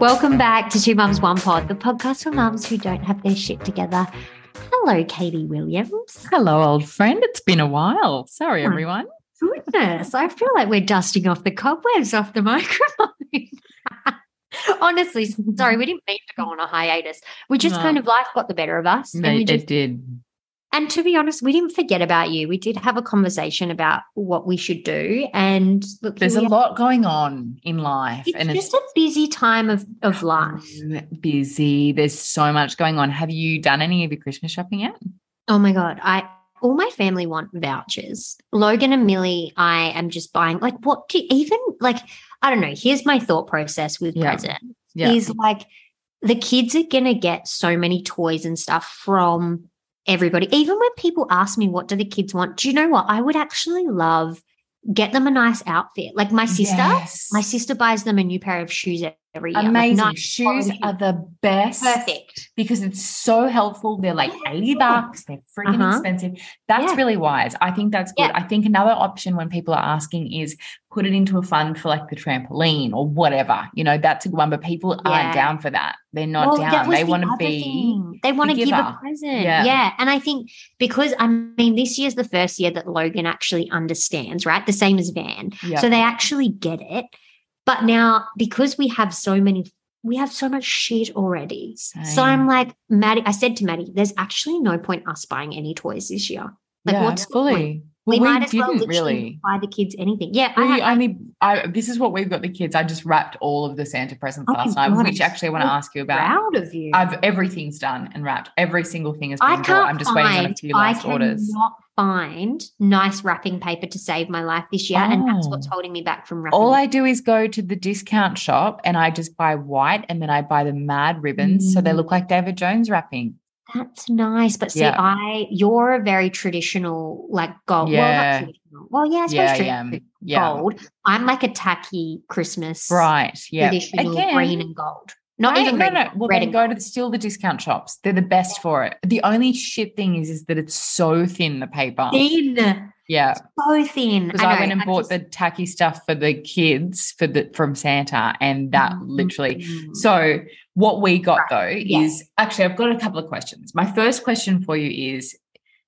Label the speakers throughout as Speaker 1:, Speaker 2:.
Speaker 1: Welcome back to Two Mums One Pod, the podcast for mums who don't have their shit together. Hello, Katie Williams.
Speaker 2: Hello, old friend. It's been a while.
Speaker 1: Hmm.
Speaker 2: Sorry, everyone.
Speaker 1: Goodness, I feel like we're dusting off the cobwebs off the microphone. Honestly, sorry, we didn't mean to go on a hiatus. We just
Speaker 2: No.
Speaker 1: kind of life got the better of us. and, we
Speaker 2: Mate,
Speaker 1: just,
Speaker 2: it did.
Speaker 1: and to be honest, we didn't forget about you. We did have a conversation about what we should do. And look,
Speaker 2: There's a
Speaker 1: here we are.
Speaker 2: lot going on in life,
Speaker 1: It's
Speaker 2: and
Speaker 1: just a busy time of, of life.
Speaker 2: it's busy. There's so much going on. Have you done any of your Christmas shopping yet?
Speaker 1: Oh my god, I all my family want vouchers. Logan and Millie, I am just buying like what do you even like I don't know. Here's my thought process with
Speaker 2: Yeah.
Speaker 1: presents is like the kids are gonna get so many toys and stuff from everybody. Even when people ask me what do the kids want, do you know what? I would actually love get them a nice outfit. Like my sister,
Speaker 2: Yes.
Speaker 1: my sister buys them a new pair of shoes every year. like
Speaker 2: Amazing.
Speaker 1: nice
Speaker 2: Shoes
Speaker 1: quality.
Speaker 2: are the best.
Speaker 1: perfect.
Speaker 2: Because it's so helpful. They're like 80 bucks. They're freaking
Speaker 1: Uh-huh.
Speaker 2: expensive. That's
Speaker 1: Yeah.
Speaker 2: really wise. I think that's good.
Speaker 1: Yeah.
Speaker 2: I think another option when people are asking is put it into a fund for like the trampoline or whatever. You know, that's a good one. But people
Speaker 1: Yeah.
Speaker 2: aren't down for that. They're not
Speaker 1: Well, that
Speaker 2: down.
Speaker 1: was
Speaker 2: They
Speaker 1: the
Speaker 2: want to
Speaker 1: other
Speaker 2: be.
Speaker 1: thing. They want to give a
Speaker 2: giver.
Speaker 1: present. Yeah.
Speaker 2: Yeah.
Speaker 1: And I think because I mean, this year's the first year that Logan actually understands, right? The same as Van.
Speaker 2: Yeah.
Speaker 1: So they actually get it. But now because we have so many, we have so much shit already. So
Speaker 2: Same.
Speaker 1: I'm like, Maddie, I said to Maddie, there's actually no point us buying any toys this year. Like, what's the point?
Speaker 2: Well,
Speaker 1: we,
Speaker 2: we,
Speaker 1: might as well
Speaker 2: didn't
Speaker 1: literally
Speaker 2: really.
Speaker 1: buy the kids anything. Yeah. I had,
Speaker 2: We only. I, this is what we've got the kids. I just wrapped all of the Santa presents
Speaker 1: Oh my
Speaker 2: last night,
Speaker 1: God,
Speaker 2: which
Speaker 1: I'm
Speaker 2: actually I want
Speaker 1: so
Speaker 2: to ask you about.
Speaker 1: proud of you.
Speaker 2: I've everything's done and wrapped. Every single thing is.
Speaker 1: I can't
Speaker 2: I'm just
Speaker 1: find,
Speaker 2: waiting on a few
Speaker 1: I
Speaker 2: last
Speaker 1: cannot
Speaker 2: orders.
Speaker 1: find nice wrapping paper to save my life this year, and that's what's
Speaker 2: Oh.
Speaker 1: holding me back from wrapping.
Speaker 2: All I do is go to the discount shop and I just buy white and then I buy the mad ribbons so they
Speaker 1: Mm.
Speaker 2: look like David Jones wrapping.
Speaker 1: that's nice, but see,
Speaker 2: Yeah.
Speaker 1: I you're a very traditional, like gold. Well,
Speaker 2: Yeah.
Speaker 1: not traditional. well, yeah, I suppose
Speaker 2: Yeah, yeah,
Speaker 1: traditional,
Speaker 2: yeah.
Speaker 1: gold. I'm like a tacky Christmas
Speaker 2: Bright, yeah.
Speaker 1: traditional
Speaker 2: Again,
Speaker 1: green and gold. Not
Speaker 2: Right?
Speaker 1: even
Speaker 2: no,
Speaker 1: green,
Speaker 2: no. Well,
Speaker 1: red
Speaker 2: then
Speaker 1: and
Speaker 2: go
Speaker 1: gold.
Speaker 2: to the, still the discount shops. They're the best for it. The only shit thing is, is that it's so thin the paper.
Speaker 1: thin,
Speaker 2: Yeah,
Speaker 1: so thin.
Speaker 2: because I,
Speaker 1: know,
Speaker 2: went and
Speaker 1: I'm
Speaker 2: bought
Speaker 1: just-
Speaker 2: the tacky stuff for the kids for the from Santa, and that literally.
Speaker 1: Mm.
Speaker 2: So what we got though
Speaker 1: Yeah.
Speaker 2: is actually I've got a couple of questions. My first question for you is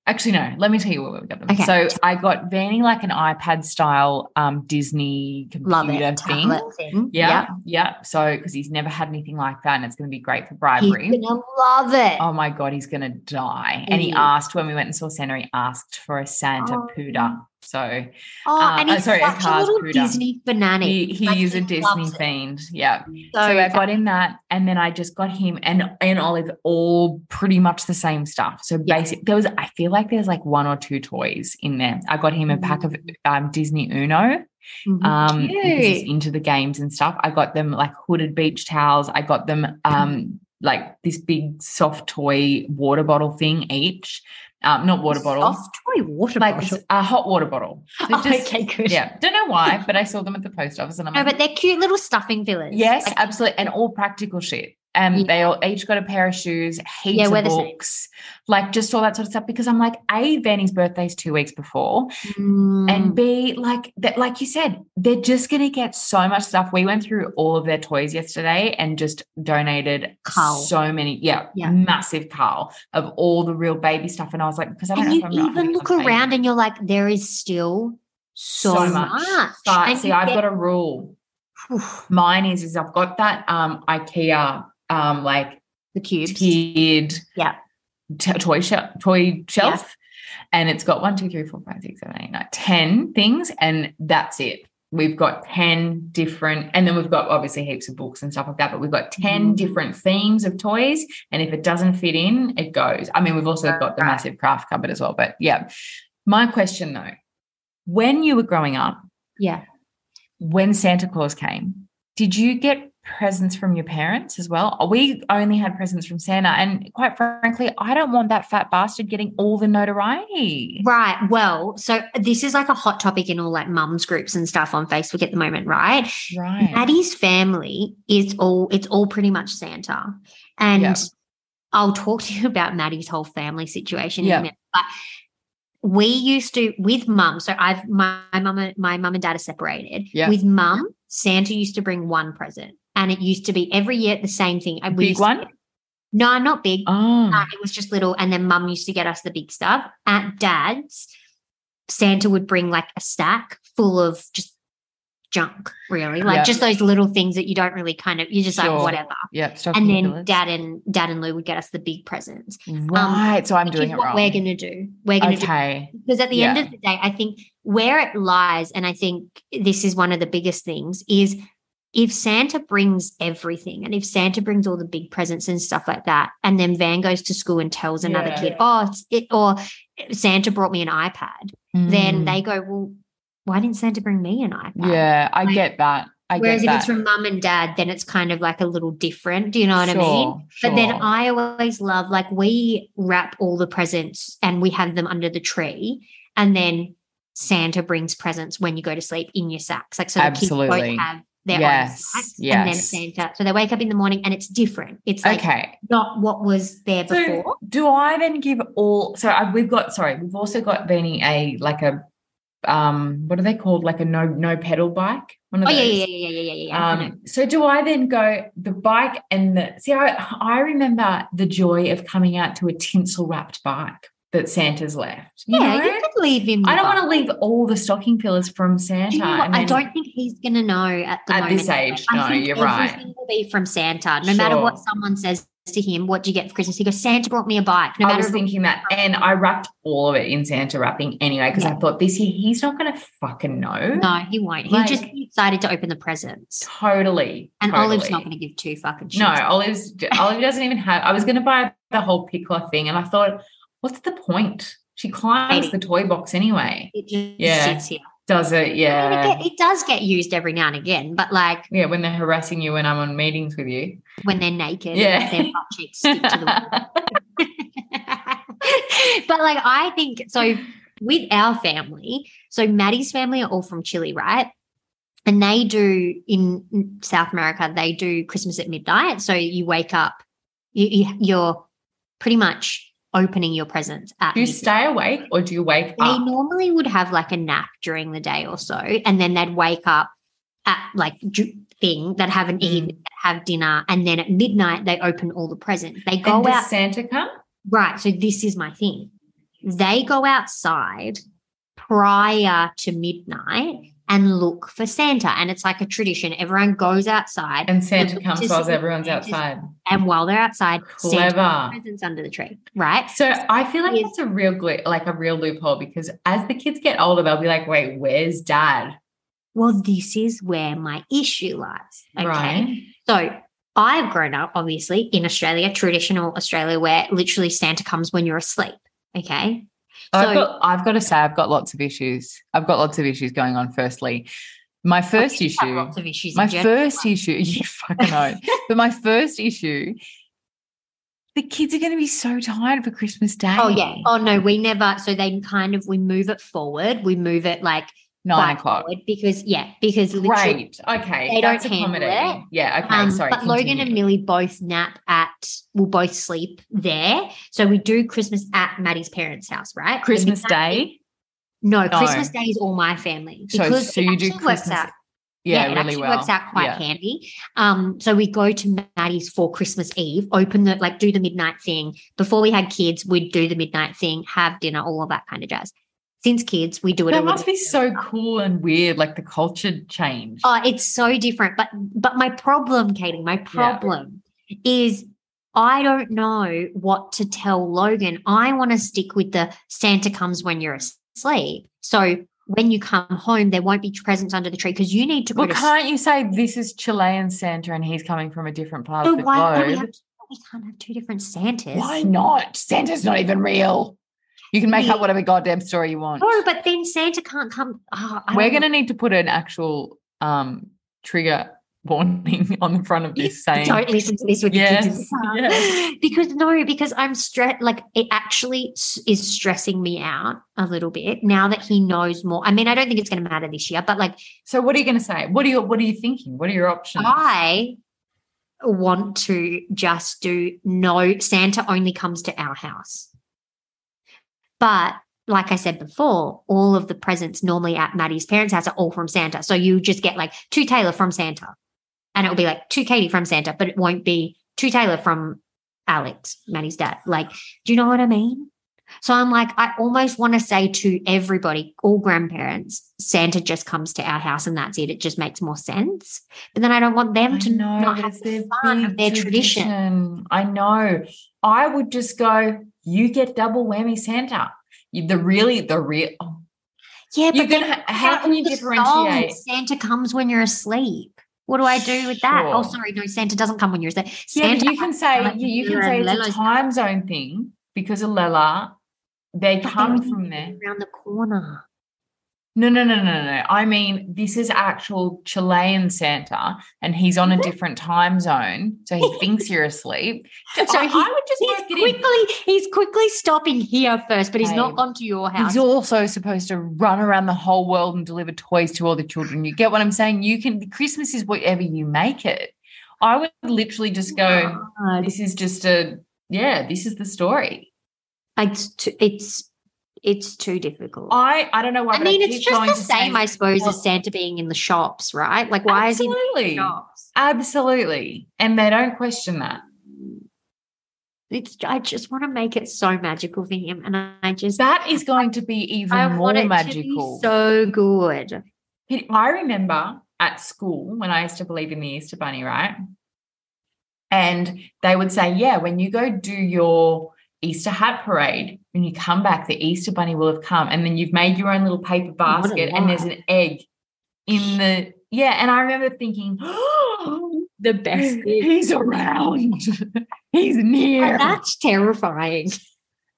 Speaker 2: actually no, let me tell you what we got them.
Speaker 1: Okay.
Speaker 2: So I got Vanny like an iPad style um Disney
Speaker 1: love
Speaker 2: computer
Speaker 1: it.
Speaker 2: thing.
Speaker 1: Tablet thing.
Speaker 2: Yeah, yeah. So because he's never had anything like that, and it's going to be great for bribery.
Speaker 1: He's gonna love it.
Speaker 2: Oh my God, he's going to die. And he
Speaker 1: Mm.
Speaker 2: asked when we went and saw Santa, he asked for a Santa
Speaker 1: Oh.
Speaker 2: Pooda. So
Speaker 1: Oh,
Speaker 2: Uh,
Speaker 1: and
Speaker 2: uh,
Speaker 1: he's
Speaker 2: sorry, a
Speaker 1: such a
Speaker 2: car's
Speaker 1: little
Speaker 2: screwed up.
Speaker 1: Disney fanatic.
Speaker 2: he, he
Speaker 1: Like,
Speaker 2: is a
Speaker 1: he
Speaker 2: Disney
Speaker 1: loves it.
Speaker 2: fiend. Yeah.
Speaker 1: So,
Speaker 2: So I got him that. And then I just got him and, and Olive all pretty much the same stuff. So
Speaker 1: Yeah.
Speaker 2: basic, there was, I feel like there's like one or two toys in there. I got him a
Speaker 1: Mm.
Speaker 2: pack of um, Disney Uno
Speaker 1: Mhm.
Speaker 2: um, because he's
Speaker 1: Cute.
Speaker 2: into the games and stuff. I got them like hooded beach towels. I got them um, like this big soft toy water bottle thing each. Um, not water bottle,
Speaker 1: Soft toy water
Speaker 2: like
Speaker 1: bottle.
Speaker 2: a hot water bottle. So
Speaker 1: Oh,
Speaker 2: just-
Speaker 1: okay, good.
Speaker 2: Yeah, don't know why, but I saw them at the post office and I'm
Speaker 1: No,
Speaker 2: like,
Speaker 1: but they're cute little stuffing fillers.
Speaker 2: Yes,
Speaker 1: Like,
Speaker 2: absolutely, and all practical shit. Um,
Speaker 1: Yeah.
Speaker 2: they all each got a pair of shoes, heaps
Speaker 1: Yeah, we're
Speaker 2: of
Speaker 1: the same.
Speaker 2: books, like just all that sort of stuff. Because I'm like, a Vanny's birthday's two weeks before,
Speaker 1: mm,
Speaker 2: and b like that, like you said, they're just gonna get so much stuff. We went through all of their toys yesterday and just donated
Speaker 1: Cull.
Speaker 2: so many, yeah,
Speaker 1: Yeah.
Speaker 2: massive cull of all the real baby stuff. And I was like, because I don't
Speaker 1: and
Speaker 2: know
Speaker 1: you
Speaker 2: if I'm not
Speaker 1: even
Speaker 2: having
Speaker 1: look
Speaker 2: enough baby.
Speaker 1: around and you're like, there is still so, much.
Speaker 2: But
Speaker 1: And
Speaker 2: see,
Speaker 1: you
Speaker 2: I've
Speaker 1: get-
Speaker 2: got a rule.
Speaker 1: Oof,
Speaker 2: Mine is is I've got that um IKEA um like
Speaker 1: the cubes.
Speaker 2: tiered
Speaker 1: Yeah.
Speaker 2: t- toy shelf toy shelf and it's got one two three four five six seven eight nine ten things and that's it we've got 10 different and then we've got obviously heaps of books and stuff like that but we've got 10
Speaker 1: Mm.
Speaker 2: different themes of toys and if it doesn't fit in it goes i mean we've also got the
Speaker 1: Right.
Speaker 2: massive craft cupboard as well but yeah my question though when you were growing up
Speaker 1: Yeah.
Speaker 2: when Santa Claus came, did you get presents from your parents as well? We only had presents from Santa. And quite frankly, I don't want that fat bastard getting all the notoriety.
Speaker 1: Right. Well, so this is like a hot topic in all like mums groups and stuff on Facebook at the moment, right?
Speaker 2: Right.
Speaker 1: Maddie's family is all it's all pretty much Santa. And
Speaker 2: Yeah.
Speaker 1: I'll talk to you about Maddie's whole family situation in
Speaker 2: Yeah.
Speaker 1: a minute. But we used to with mum, so I've my mum and my mum and dad are separated.
Speaker 2: Yeah.
Speaker 1: With mum, Santa used to bring one present. And it used to be every year the same thing. And we
Speaker 2: Big
Speaker 1: used to
Speaker 2: one?
Speaker 1: get- no, not big.
Speaker 2: Oh.
Speaker 1: Uh, it was just little. And then mum used to get us the big stuff. At dad's, Santa would bring like a stack full of just junk, really. Like
Speaker 2: Yeah.
Speaker 1: just those little things that you don't really kind of, you're just
Speaker 2: Sure.
Speaker 1: like, whatever.
Speaker 2: yeah.
Speaker 1: And
Speaker 2: stocking
Speaker 1: then
Speaker 2: fillers.
Speaker 1: dad um, and dad and Lou would get us the big presents.
Speaker 2: Right. so I'm
Speaker 1: Which
Speaker 2: doing
Speaker 1: is
Speaker 2: it
Speaker 1: what
Speaker 2: wrong.
Speaker 1: we're gonna do. We're gonna do
Speaker 2: okay.
Speaker 1: because at the end
Speaker 2: Yeah.
Speaker 1: of the day, I think where it lies, and I think this is one of the biggest things, is if Santa brings everything and if Santa brings all the big presents and stuff like that, and then Van goes to school and tells another
Speaker 2: Yeah.
Speaker 1: kid, oh, it's it, or Santa brought me an iPad, then
Speaker 2: Mm.
Speaker 1: they go, well, why didn't Santa bring me an iPad?
Speaker 2: Yeah, I
Speaker 1: Like,
Speaker 2: get that. I
Speaker 1: Whereas
Speaker 2: get
Speaker 1: if
Speaker 2: that.
Speaker 1: it's from mum and dad, then it's kind of like a little different. Do you know what I mean?
Speaker 2: Sure,
Speaker 1: But then
Speaker 2: sure.
Speaker 1: I always love like we wrap all the presents and we have them under the tree, and then Santa brings presents when you go to sleep in your sacks. Like so, the kids
Speaker 2: Absolutely.
Speaker 1: both have their
Speaker 2: Yes,
Speaker 1: own sacks, and then
Speaker 2: yes.
Speaker 1: Santa. So they wake up in the morning and it's different. It's like
Speaker 2: okay.
Speaker 1: not what was there
Speaker 2: So-
Speaker 1: before.
Speaker 2: Do I then give all? So I, we've got. Sorry, we've also got Benny a like a um. What are they called? Like a no no pedal bike. One of
Speaker 1: oh yeah,
Speaker 2: those.
Speaker 1: yeah, yeah, yeah, yeah, yeah, yeah. I know.
Speaker 2: Um, so do I then go the bike and the see? I I remember the joy of coming out to a tinsel wrapped bike that Santa's left. You
Speaker 1: yeah,
Speaker 2: know?
Speaker 1: you could leave him.
Speaker 2: I
Speaker 1: with
Speaker 2: don't want
Speaker 1: us.
Speaker 2: to leave all the stocking fillers from Santa.
Speaker 1: Do you know what?
Speaker 2: and
Speaker 1: I
Speaker 2: then-
Speaker 1: don't think he's going to know at the
Speaker 2: At
Speaker 1: moment.
Speaker 2: this age,
Speaker 1: I
Speaker 2: no,
Speaker 1: think
Speaker 2: you're right.
Speaker 1: everything will be from Santa. No matter what
Speaker 2: Sure.
Speaker 1: someone says to him, what do you get for Christmas? He goes, Santa brought me a bike. No
Speaker 2: I
Speaker 1: matter
Speaker 2: was thinking that, and I wrapped all of it in Santa wrapping anyway because I
Speaker 1: Yeah.
Speaker 2: thought this year he's not going to fucking know.
Speaker 1: no, he won't. He'll
Speaker 2: Like-
Speaker 1: just be excited to open the presents.
Speaker 2: Totally.
Speaker 1: And
Speaker 2: totally.
Speaker 1: Olive's not going to give two fucking shits.
Speaker 2: No, Olive's Olive doesn't even have. I was going to buy the whole pickler thing, and I thought, what's the point? She climbs
Speaker 1: Katie.
Speaker 2: the toy box anyway.
Speaker 1: It just
Speaker 2: Yeah.
Speaker 1: sits here.
Speaker 2: Does it?
Speaker 1: I mean,
Speaker 2: Yeah.
Speaker 1: It, get- it does get used every now and again, but like
Speaker 2: yeah, when they're harassing you when I'm on meetings with you.
Speaker 1: when they're naked,
Speaker 2: Yeah.
Speaker 1: their butt cheeks stick to the wall. but like I think so with our family, so Maddie's family are all from Chile, right? And they do in South America, they do Christmas at midnight. So you wake up, you, you you're pretty much opening your presents at
Speaker 2: do you
Speaker 1: midnight.
Speaker 2: stay awake or do you wake
Speaker 1: They
Speaker 2: up?
Speaker 1: normally would have like a nap during the day or so, and then they'd wake up at like ju- thing that have an
Speaker 2: Mm.
Speaker 1: evening, that have dinner, and then at midnight they open all the presents. They go
Speaker 2: And
Speaker 1: out.
Speaker 2: does Santa come?
Speaker 1: Right. So this is my thing. They go outside prior to midnight and look for Santa. And it's like a tradition. Everyone goes outside.
Speaker 2: And Santa
Speaker 1: Look
Speaker 2: comes
Speaker 1: to
Speaker 2: whilst
Speaker 1: see
Speaker 2: everyone's
Speaker 1: Santa's-
Speaker 2: outside.
Speaker 1: And while they're outside, Santa
Speaker 2: Clever.
Speaker 1: presents under the tree. Right.
Speaker 2: So I feel like
Speaker 1: Yes.
Speaker 2: that's a real gl- like a real loophole because as the kids get older, they'll be like, "Wait, where's Dad?"
Speaker 1: Well, this is where my issue lies. Okay.
Speaker 2: Right?
Speaker 1: So I've grown up, obviously, in Australia, traditional Australia, where literally Santa comes when you're asleep. Okay.
Speaker 2: I've
Speaker 1: So-
Speaker 2: got I've got to say I've got lots of issues. I've got lots of issues going on. Firstly, my first
Speaker 1: Kids have
Speaker 2: issue,
Speaker 1: Lots of issues. in
Speaker 2: my
Speaker 1: general.
Speaker 2: first issue, you fucking know, but my first issue, the kids are going to be so tired for Christmas Day.
Speaker 1: Oh yeah. Oh no, we never. So they kind of we move it forward. We move it like
Speaker 2: nine
Speaker 1: back
Speaker 2: o'clock.
Speaker 1: forward because yeah, because literally.
Speaker 2: Great. Okay,
Speaker 1: they don't
Speaker 2: that's
Speaker 1: handle it.
Speaker 2: accommodating. Yeah. Okay.
Speaker 1: Um,
Speaker 2: sorry.
Speaker 1: but Logan
Speaker 2: continue.
Speaker 1: and Millie both nap at, will both sleep there. So we do Christmas at Maddie's parents' house, right? And
Speaker 2: Christmas
Speaker 1: we-
Speaker 2: Day.
Speaker 1: No,
Speaker 2: No.
Speaker 1: Christmas Day is all my family
Speaker 2: So
Speaker 1: because
Speaker 2: so
Speaker 1: it
Speaker 2: you do
Speaker 1: actually works
Speaker 2: Christmas.
Speaker 1: out-
Speaker 2: Yeah,
Speaker 1: it
Speaker 2: really
Speaker 1: actually
Speaker 2: well.
Speaker 1: works out quite
Speaker 2: Yeah.
Speaker 1: handy. Um, so we go to Maddie's for Christmas Eve, open the like do the midnight thing. Before we had kids, we'd do the midnight thing, have dinner, all of that kind of jazz. Since kids, we do it. a
Speaker 2: That
Speaker 1: little
Speaker 2: must
Speaker 1: bit
Speaker 2: be so
Speaker 1: different.
Speaker 2: cool and weird, like the culture change.
Speaker 1: Oh, it's so different. But but my problem, Katie, my problem is I don't know what to tell Logan. I want to stick with the Santa comes when you're asleep. So when you come home, there won't be presents under the tree because you need to go
Speaker 2: well,
Speaker 1: to
Speaker 2: can't you say this is Chilean Santa and he's coming from a different part
Speaker 1: so
Speaker 2: of the
Speaker 1: why can't we,
Speaker 2: globe?
Speaker 1: have, we can't have two different Santas.
Speaker 2: Why not? Santa's not even real. You can make up
Speaker 1: Yeah.
Speaker 2: whatever goddamn story you want.
Speaker 1: No, but then Santa can't come. Oh, I
Speaker 2: We're
Speaker 1: don't know.
Speaker 2: going to need to put an actual um, trigger warning on the front of this saying,
Speaker 1: Don't listen to this with the kids in the
Speaker 2: Yes,
Speaker 1: car. because no, because I'm stressed. Like it actually s- is stressing me out a little bit now that he knows more. I mean, I don't think it's going to matter this year, but like
Speaker 2: So what are you going to say? What are you What are you thinking? What are your options?
Speaker 1: I want to just do no. Santa only comes to our house, but. Like I said before, all of the presents normally at Maddie's parents' house are all from Santa. So you just get like two Taylor from Santa. and it will be like to Katie from Santa, but it won't be to Taylor from Alex, Maddie's dad. Like, do you know what I mean? So I'm like, I almost want to say to everybody, all grandparents, Santa just comes to our house and that's it. It just makes more sense. But then I don't want them
Speaker 2: I
Speaker 1: to
Speaker 2: know,
Speaker 1: not
Speaker 2: but
Speaker 1: have
Speaker 2: it's
Speaker 1: the fun of
Speaker 2: big
Speaker 1: their tradition.
Speaker 2: I know. I would just go, you get double whammy Santa. You- The really, the real. oh,
Speaker 1: Yeah,
Speaker 2: You're
Speaker 1: but then
Speaker 2: gonna, ha-
Speaker 1: what
Speaker 2: how
Speaker 1: about
Speaker 2: can you
Speaker 1: all the
Speaker 2: differentiate?
Speaker 1: songs? Santa comes when you're asleep. What do I do with that? Oh,
Speaker 2: Sure.
Speaker 1: sorry, no, Santa doesn't come when you're asleep.
Speaker 2: Yeah,
Speaker 1: Santa,
Speaker 2: but you can say,
Speaker 1: like
Speaker 2: you, you can
Speaker 1: Lila
Speaker 2: say
Speaker 1: and
Speaker 2: it's a
Speaker 1: Lilo's-
Speaker 2: time zone thing because of Lela. They
Speaker 1: but they
Speaker 2: come
Speaker 1: live
Speaker 2: from there.
Speaker 1: around the corner.
Speaker 2: No, no, no, no, no, no. I mean, this is actual Chilean Santa, and he's on a different time zone, so he thinks you're asleep. So
Speaker 1: So
Speaker 2: I,
Speaker 1: he-
Speaker 2: I would just
Speaker 1: He's
Speaker 2: work it in.
Speaker 1: quickly, he's quickly stopping here first, but he's
Speaker 2: Babe,
Speaker 1: not gone to your house.
Speaker 2: He's also supposed to run around the whole world and deliver toys to all the children. You get what I'm saying? You can Christmas is whatever you make it. I would literally just go,
Speaker 1: God.
Speaker 2: this is just a yeah, this is the story.
Speaker 1: It's too, it's it's too difficult.
Speaker 2: I I don't know why.
Speaker 1: I
Speaker 2: but
Speaker 1: mean, it's
Speaker 2: keep
Speaker 1: just
Speaker 2: going
Speaker 1: the
Speaker 2: to
Speaker 1: same, I suppose,
Speaker 2: Well-
Speaker 1: as Santa being in the shops, right? Like, why is he in the
Speaker 2: absolutely,
Speaker 1: shops?
Speaker 2: absolutely, and they don't question that.
Speaker 1: It's I just want to make it so magical for him, and I- I just
Speaker 2: That is going to be even
Speaker 1: I
Speaker 2: more
Speaker 1: want it
Speaker 2: magical.
Speaker 1: to be so good.
Speaker 2: It- I remember at school when I used to believe in the Easter Bunny, right? And they would say, Yeah, when you go do your Easter hat parade, when you come back, the Easter Bunny will have come. And then you've made your own little paper
Speaker 1: a
Speaker 2: basket and there's an egg in the. Yeah. And I remember thinking, Oh,
Speaker 1: The best thing.
Speaker 2: he's around, he's near.
Speaker 1: And that's terrifying.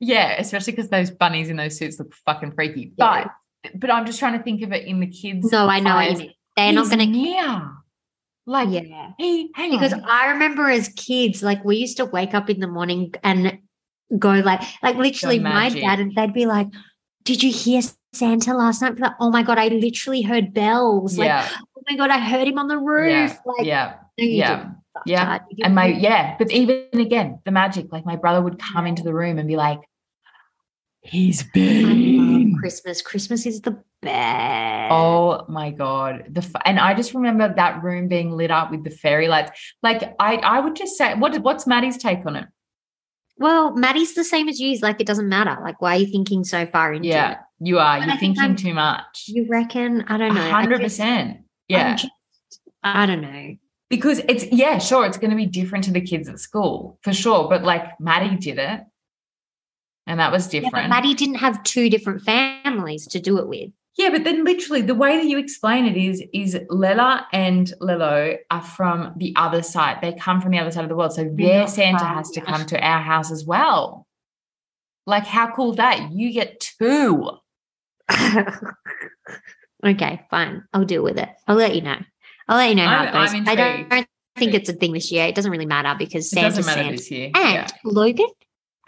Speaker 2: Yeah, especially because those bunnies in those suits look fucking freaky.
Speaker 1: Yeah.
Speaker 2: But but I'm just trying to think of it in the kids.
Speaker 1: No, I know what you
Speaker 2: Eyes.
Speaker 1: mean. They're not
Speaker 2: He's
Speaker 1: going to.
Speaker 2: near. Like
Speaker 1: Yeah.
Speaker 2: he hang
Speaker 1: Because
Speaker 2: on.
Speaker 1: I remember as kids, like we used to wake up in the morning and go like, like literally, my
Speaker 2: magic.
Speaker 1: dad and they'd be like, "Did you hear Santa last night?" I'd be like, oh my god, I literally heard bells. Like,
Speaker 2: yeah,
Speaker 1: oh my god, I heard him on the roof.
Speaker 2: yeah,
Speaker 1: Like,
Speaker 2: yeah,
Speaker 1: no, you
Speaker 2: yeah.
Speaker 1: didn't, fuck,
Speaker 2: yeah.
Speaker 1: Dad. You
Speaker 2: And my
Speaker 1: didn't.
Speaker 2: yeah, but even again, the magic. Like my brother would come into the room and be like, "He's
Speaker 1: I love
Speaker 2: big."
Speaker 1: Christmas. Christmas is the best.
Speaker 2: Oh my god! The f- and I just remember that room being lit up with the fairy lights. Like I, I would just say, what what's Maddie's take on it?
Speaker 1: Well, Maddie's the same as you. Like, it doesn't matter. Like, why are you thinking so far into
Speaker 2: Yeah,
Speaker 1: it?
Speaker 2: you are.
Speaker 1: But
Speaker 2: You're
Speaker 1: I think
Speaker 2: thinking
Speaker 1: I'm-
Speaker 2: too much.
Speaker 1: You reckon? I don't know. I
Speaker 2: hundred
Speaker 1: just-
Speaker 2: percent.
Speaker 1: I'm
Speaker 2: Yeah,
Speaker 1: just- I don't know.
Speaker 2: because it's yeah, sure, it's going to be different to the kids at school for sure. But like Maddie did it, and that was
Speaker 1: Yeah, but
Speaker 2: different.
Speaker 1: Maddie didn't have two different families to do it with.
Speaker 2: Yeah, but then literally the way that you explain it is is Lela and Lelo are from the other side. They come from the other side of the world. So their
Speaker 1: not
Speaker 2: Santa
Speaker 1: from-
Speaker 2: has to come to our house as well. Like how cool that? You get two.
Speaker 1: okay, fine. I'll deal with it. I'll let you know. I'll let you know how
Speaker 2: I'm-
Speaker 1: it goes.
Speaker 2: I'm
Speaker 1: I don't,
Speaker 2: intrigued.
Speaker 1: I think it's a thing this year. It doesn't really matter because
Speaker 2: It
Speaker 1: Santa's
Speaker 2: doesn't matter
Speaker 1: Santa.
Speaker 2: this year.
Speaker 1: And
Speaker 2: Yeah.
Speaker 1: Logan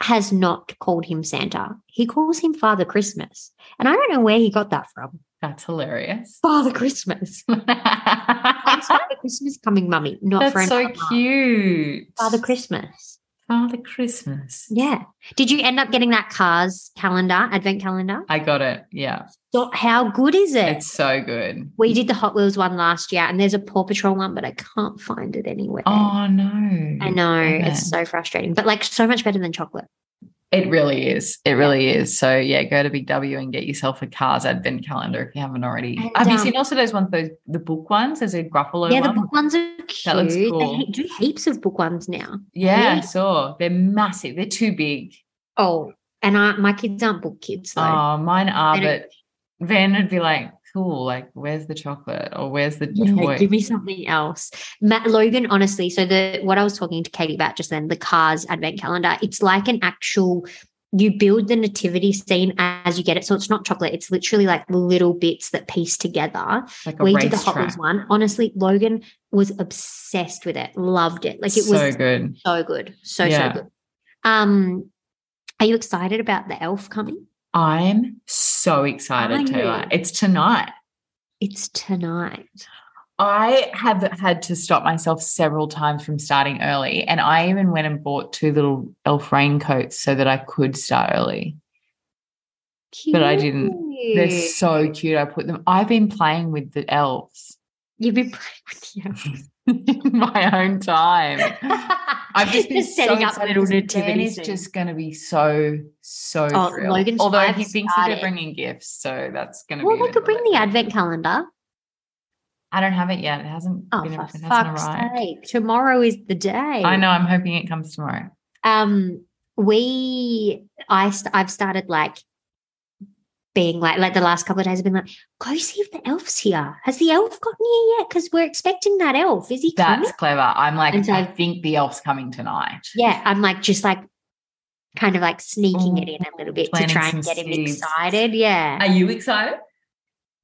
Speaker 1: has not called him Santa. He calls him Father Christmas. And I don't know where he got that from.
Speaker 2: That's hilarious.
Speaker 1: Father Christmas. Thanks,
Speaker 2: That's
Speaker 1: Father Christmas coming, mummy. Not for
Speaker 2: so
Speaker 1: another month.
Speaker 2: cute.
Speaker 1: Father Christmas.
Speaker 2: Father Christmas.
Speaker 1: Yeah. Did you end up getting that cars calendar, advent calendar?
Speaker 2: I got it. Yeah.
Speaker 1: So how good is it?
Speaker 2: It's so good.
Speaker 1: we did the Hot Wheels one last year, and there's a Paw Patrol one, but I can't find it anywhere.
Speaker 2: Oh no.
Speaker 1: I know
Speaker 2: damn
Speaker 1: it's so frustrating, but like so much better than chocolate.
Speaker 2: It really is. It really is. So yeah, go to Big W and get yourself a Cars Advent calendar if you haven't already.
Speaker 1: And,
Speaker 2: Have you
Speaker 1: um,
Speaker 2: seen also those ones, those the book ones? There's a Gruffalo
Speaker 1: yeah, the
Speaker 2: one.
Speaker 1: book ones are cute.
Speaker 2: That looks cool.
Speaker 1: They he- do heaps of book ones now.
Speaker 2: yeah, I
Speaker 1: Yeah.
Speaker 2: saw. They're massive. They're too big.
Speaker 1: Oh, and I, my kids aren't book kids though.
Speaker 2: Oh, mine are,
Speaker 1: They don't-
Speaker 2: but Van would be like, cool, like where's the chocolate or where's the
Speaker 1: Yeah,
Speaker 2: toy?
Speaker 1: give me something else. Matt Logan, honestly, so the what I was talking to Katie about just then, the Cars Advent Calendar, it's like an actual you build the nativity scene as you get it. So it's not chocolate, it's literally like little bits that piece together.
Speaker 2: like a
Speaker 1: We
Speaker 2: racetrack.
Speaker 1: did the Hot Wheels one. Honestly, Logan was obsessed with it, loved it. Like it was
Speaker 2: so good.
Speaker 1: so good. So
Speaker 2: Yeah.
Speaker 1: so good. Um are you excited about the elf coming?
Speaker 2: I'm so
Speaker 1: Are
Speaker 2: excited, Taylor.
Speaker 1: you?
Speaker 2: It's tonight.
Speaker 1: It's tonight.
Speaker 2: I have had to stop myself several times from starting early. And I even went and bought two little elf raincoats so that I could start early.
Speaker 1: Cute.
Speaker 2: But I didn't. They're so cute. I put them, I've been playing with the elves.
Speaker 1: You've been playing with the elf.
Speaker 2: in my own time. I've just been
Speaker 1: Just setting
Speaker 2: so
Speaker 1: up
Speaker 2: excited
Speaker 1: little
Speaker 2: because
Speaker 1: nativity
Speaker 2: Ben is
Speaker 1: scenes.
Speaker 2: just going to be so so
Speaker 1: Oh,
Speaker 2: thrilled.
Speaker 1: Logan's
Speaker 2: Although
Speaker 1: five
Speaker 2: he thinks that
Speaker 1: started.
Speaker 2: they're bringing gifts, so that's going to
Speaker 1: well,
Speaker 2: be. a
Speaker 1: we
Speaker 2: bit
Speaker 1: could bring the
Speaker 2: relaxing.
Speaker 1: advent calendar.
Speaker 2: I don't have it yet. It hasn't
Speaker 1: Oh,
Speaker 2: been. It
Speaker 1: for
Speaker 2: hasn't
Speaker 1: fuck's
Speaker 2: arrived.
Speaker 1: sake! Tomorrow is the day.
Speaker 2: I know. I'm hoping it comes tomorrow.
Speaker 1: um we i st- i've started like being like like the last couple of days i've been like go see if the elf's here has the elf gotten here yet because we're expecting that elf is he coming
Speaker 2: That's clever. I'm like,
Speaker 1: Mm-hmm. And so-
Speaker 2: I think the elf's coming tonight.
Speaker 1: yeah i'm like just like kind of like sneaking it in a
Speaker 2: Ooh,
Speaker 1: little bit to
Speaker 2: planting
Speaker 1: try
Speaker 2: some
Speaker 1: and get him
Speaker 2: seeds.
Speaker 1: excited yeah
Speaker 2: Are you excited?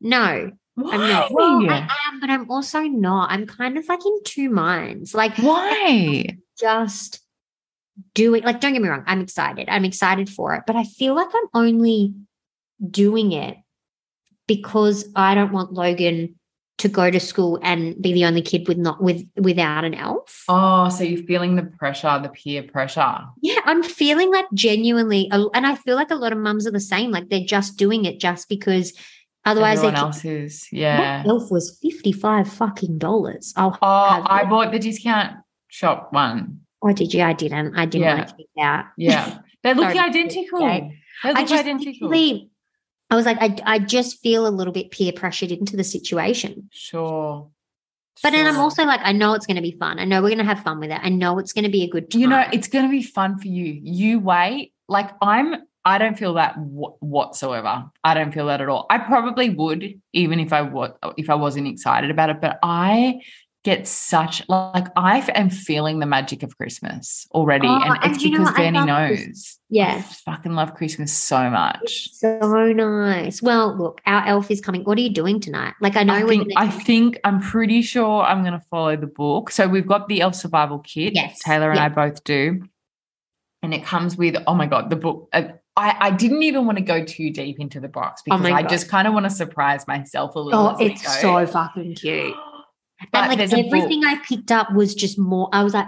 Speaker 1: no
Speaker 2: Why?
Speaker 1: i'm not well, i am but i'm also not i'm kind of like in two minds like
Speaker 2: Why?
Speaker 1: just doing like don't get me wrong i'm excited i'm excited for it but i feel like i'm only doing it because i don't want logan to go to school and be the only kid with not with without an elf
Speaker 2: Oh, so you're feeling the pressure, the peer pressure.
Speaker 1: yeah i'm feeling like genuinely and i feel like a lot of mums are the same like they're just doing it just because otherwise
Speaker 2: Everyone
Speaker 1: they
Speaker 2: else is, yeah.
Speaker 1: That elf was 55 fucking dollars oh
Speaker 2: Oh,
Speaker 1: Have
Speaker 2: I
Speaker 1: you?
Speaker 2: bought the discount shop one.
Speaker 1: or did you oh, i didn't i didn't want to keep that
Speaker 2: Yeah. They look
Speaker 1: Sorry.
Speaker 2: identical.
Speaker 1: Yeah.
Speaker 2: They
Speaker 1: I
Speaker 2: look
Speaker 1: just
Speaker 2: identical.
Speaker 1: really, I was like, I, I just feel a little bit peer pressured into the situation.
Speaker 2: Sure.
Speaker 1: But then I'm
Speaker 2: Sure.
Speaker 1: also like, I know it's going to be fun. I know we're going to have fun with it. I know it's going to be a good time.
Speaker 2: you know, it's going to be fun for you. You wait. Like I'm, I don't feel that w- whatsoever. I don't feel that at all. I probably would, even if I was, if I wasn't excited about it. But I get such like I f- am feeling the magic of Christmas already,
Speaker 1: Oh,
Speaker 2: and
Speaker 1: and
Speaker 2: it's
Speaker 1: you know
Speaker 2: because
Speaker 1: what? I
Speaker 2: Benny
Speaker 1: love
Speaker 2: knows.
Speaker 1: Christmas. yeah.
Speaker 2: I fucking love Christmas so much.
Speaker 1: It's so nice. Well, look, our elf is coming. What are you doing tonight? Like, I know
Speaker 2: I
Speaker 1: we're
Speaker 2: think,
Speaker 1: gonna-
Speaker 2: I think I'm pretty sure I'm going to follow the book. So we've got the Elf Survival Kit.
Speaker 1: Yes.
Speaker 2: Taylor and
Speaker 1: Yeah.
Speaker 2: I both do. And it comes with, oh my God, the book. uh, I, I didn't even want to go too deep into the box
Speaker 1: Oh
Speaker 2: because
Speaker 1: my
Speaker 2: I
Speaker 1: God.
Speaker 2: just kind of want to surprise myself a little.
Speaker 1: oh,
Speaker 2: as we
Speaker 1: it's
Speaker 2: go.
Speaker 1: so fucking cute.
Speaker 2: But
Speaker 1: and
Speaker 2: there's
Speaker 1: like
Speaker 2: a book.
Speaker 1: everything I picked up was just more. I was like,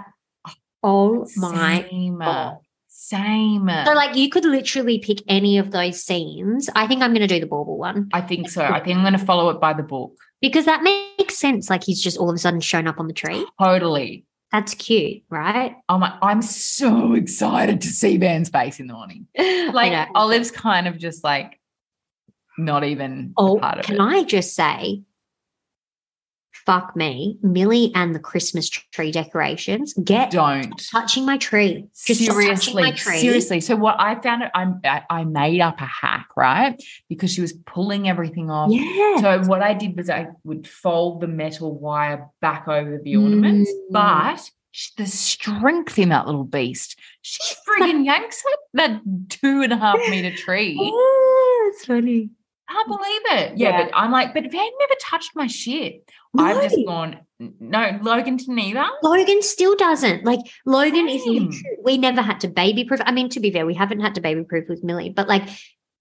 Speaker 1: oh my.
Speaker 2: Same.
Speaker 1: God.
Speaker 2: Same.
Speaker 1: So, like, you could literally pick any of those scenes. I think I'm going to do the bauble one.
Speaker 2: I think so. I think I'm going to follow it by the book.
Speaker 1: Because that makes sense. Like he's just all of a sudden shown up on the tree.
Speaker 2: Totally.
Speaker 1: That's cute, right?
Speaker 2: Oh my, I'm so excited to see Van's face in the morning.
Speaker 1: I
Speaker 2: Like
Speaker 1: know.
Speaker 2: Olive's kind of just like not even a
Speaker 1: oh,
Speaker 2: part of
Speaker 1: can
Speaker 2: it.
Speaker 1: I just say, fuck me, Millie and the Christmas tree decorations. Get
Speaker 2: don't
Speaker 1: touching my tree. Just stop touching
Speaker 2: seriously
Speaker 1: my tree.
Speaker 2: seriously so what i found out I'm- i i made up a hack right because she was pulling everything off
Speaker 1: Yeah.
Speaker 2: so what i did was i would fold the metal wire back over the ornaments
Speaker 1: Mm.
Speaker 2: but sh- the strength in that little beast she friggin yanks up that two and a half meter
Speaker 1: Oh,
Speaker 2: tree
Speaker 1: Yeah, it's funny.
Speaker 2: can't believe it yeah,
Speaker 1: Yeah.
Speaker 2: but i'm like but van never touched my shit i've just
Speaker 1: No.
Speaker 2: gone no logan to neither
Speaker 1: Logan still doesn't. Like Logan is
Speaker 2: Same.
Speaker 1: literally- we never had to baby proof. I mean, to be fair, we haven't had to baby proof with Millie, but like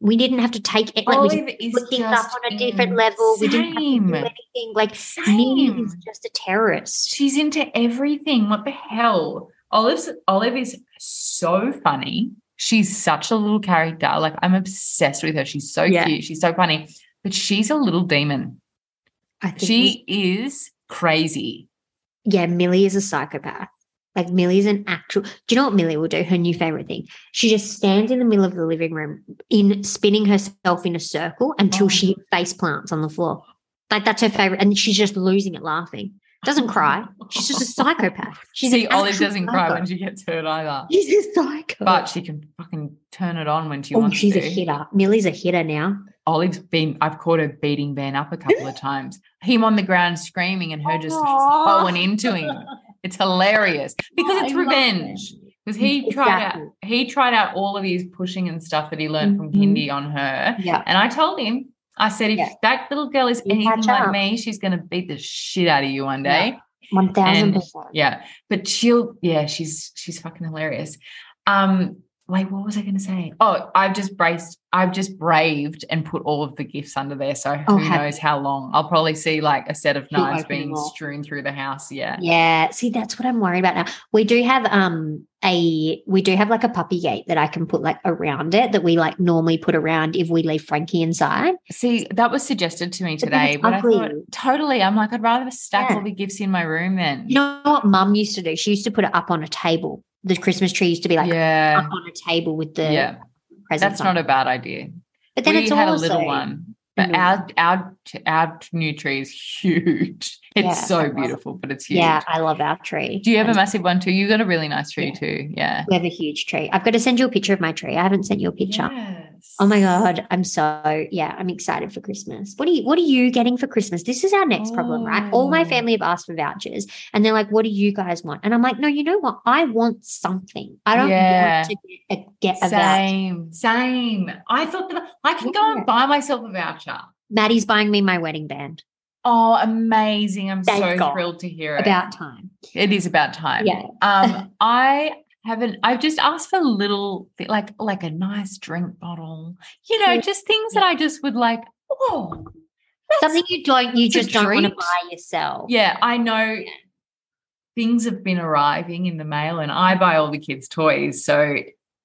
Speaker 1: we didn't have to take it. Like we didn't
Speaker 2: Olive is
Speaker 1: put things up
Speaker 2: just
Speaker 1: on a different level. We didn't have to do
Speaker 2: insane.
Speaker 1: anything. Like Millie
Speaker 2: Same.
Speaker 1: is just a terrorist.
Speaker 2: She's into everything. What the hell? Olive's Olive is so funny. She's such a little character. Like I'm obsessed with her. She's so
Speaker 1: Yeah.
Speaker 2: cute. She's so funny. But she's a little demon.
Speaker 1: I think
Speaker 2: She is crazy.
Speaker 1: we- yeah, Millie is a psychopath. Like Millie's an actual. Do you know what Millie will do? Her new favorite thing. She just stands in the middle of the living room in spinning herself in a circle until
Speaker 2: Oh.
Speaker 1: she face plants on the floor. Like that's her favorite, and she's just losing it laughing. Doesn't cry. She's just a psychopath. She's
Speaker 2: See,
Speaker 1: an
Speaker 2: Olive
Speaker 1: actual
Speaker 2: doesn't cry
Speaker 1: psycho.
Speaker 2: when she gets hurt either.
Speaker 1: She's a psycho.
Speaker 2: But she can fucking turn it on when she
Speaker 1: oh,
Speaker 2: wants
Speaker 1: she's
Speaker 2: to.
Speaker 1: a hitter. Millie's a hitter now.
Speaker 2: Olive's been, I've caught her beating Van up a couple of times. Him on the ground screaming and her just
Speaker 1: Aw.
Speaker 2: throwing into him. It's hilarious because
Speaker 1: Oh, I
Speaker 2: it's
Speaker 1: love
Speaker 2: revenge. Because he tried out,
Speaker 1: Exactly.
Speaker 2: he tried out all of his pushing and stuff that he learned from
Speaker 1: Mhm.
Speaker 2: Hindi on her.
Speaker 1: Yeah.
Speaker 2: And I told him, I said, if
Speaker 1: Yeah.
Speaker 2: that little girl is
Speaker 1: You
Speaker 2: anything
Speaker 1: catch
Speaker 2: like
Speaker 1: up.
Speaker 2: me, she's going to beat the shit out of you one
Speaker 1: Yeah.
Speaker 2: day.
Speaker 1: One thousand percent.
Speaker 2: Yeah. But she'll, yeah, she's, she's fucking hilarious. Um, like what was I going to say? Oh, I've just braced, I've just braved and put all of the gifts under there. So who
Speaker 1: Oh, have-
Speaker 2: knows how long? I'll probably see like a set of
Speaker 1: Keep
Speaker 2: knives
Speaker 1: opening
Speaker 2: being
Speaker 1: them all.
Speaker 2: strewn through the house. Yeah.
Speaker 1: Yeah, see, that's what I'm worried about now. We do have um a we do have like a puppy gate that I can put like around it that we like normally put around if we leave Frankie inside.
Speaker 2: See, that was suggested to me
Speaker 1: But then
Speaker 2: today,
Speaker 1: it's
Speaker 2: but I thought
Speaker 1: ugly.
Speaker 2: totally. I'm like, I'd rather stack
Speaker 1: Yeah.
Speaker 2: all the gifts in my room then.
Speaker 1: You know what Mum used to do? She used to put it up on a table. The Christmas tree used to be like
Speaker 2: yeah.
Speaker 1: up on a table with the
Speaker 2: Yeah.
Speaker 1: presents.
Speaker 2: That's
Speaker 1: on.
Speaker 2: not a bad idea.
Speaker 1: but then
Speaker 2: we
Speaker 1: it's
Speaker 2: had
Speaker 1: also
Speaker 2: a little one,
Speaker 1: Mm-hmm.
Speaker 2: but our our our new tree is huge. It's
Speaker 1: Yeah, I
Speaker 2: so
Speaker 1: love it.
Speaker 2: beautiful, but it's huge.
Speaker 1: Yeah, I love our tree.
Speaker 2: Do you have a
Speaker 1: And
Speaker 2: massive one too? You got a really nice
Speaker 1: Yeah.
Speaker 2: tree too. Yeah.
Speaker 1: we have a huge tree. I've got to send you a picture of my tree. I haven't sent you a picture.
Speaker 2: Yes.
Speaker 1: Oh my god, I'm so yeah, I'm excited for Christmas. What are you what are you getting for Christmas? This is our next problem, right? All my
Speaker 2: Oh.
Speaker 1: family have asked for vouchers and they're like, what do you guys want? And I'm like, no, you know what? I want something. I don't
Speaker 2: Yeah.
Speaker 1: want to get a, get a voucher.
Speaker 2: Same, same. I thought that I can go
Speaker 1: Yeah.
Speaker 2: and buy myself a voucher.
Speaker 1: Maddie's buying me my wedding band.
Speaker 2: Oh, amazing. I'm
Speaker 1: Thank
Speaker 2: so
Speaker 1: God.
Speaker 2: thrilled to hear it.
Speaker 1: About time.
Speaker 2: it is about time.
Speaker 1: Yeah.
Speaker 2: Um, I haven't, I've just asked for little thi- like like a nice drink bottle, you know,
Speaker 1: Yeah.
Speaker 2: just things that I just would like, oh
Speaker 1: Something you don't you
Speaker 2: it's a
Speaker 1: just don't want to
Speaker 2: treat.
Speaker 1: buy yourself.
Speaker 2: yeah, I know things have been arriving in the mail and I buy all the kids' toys. So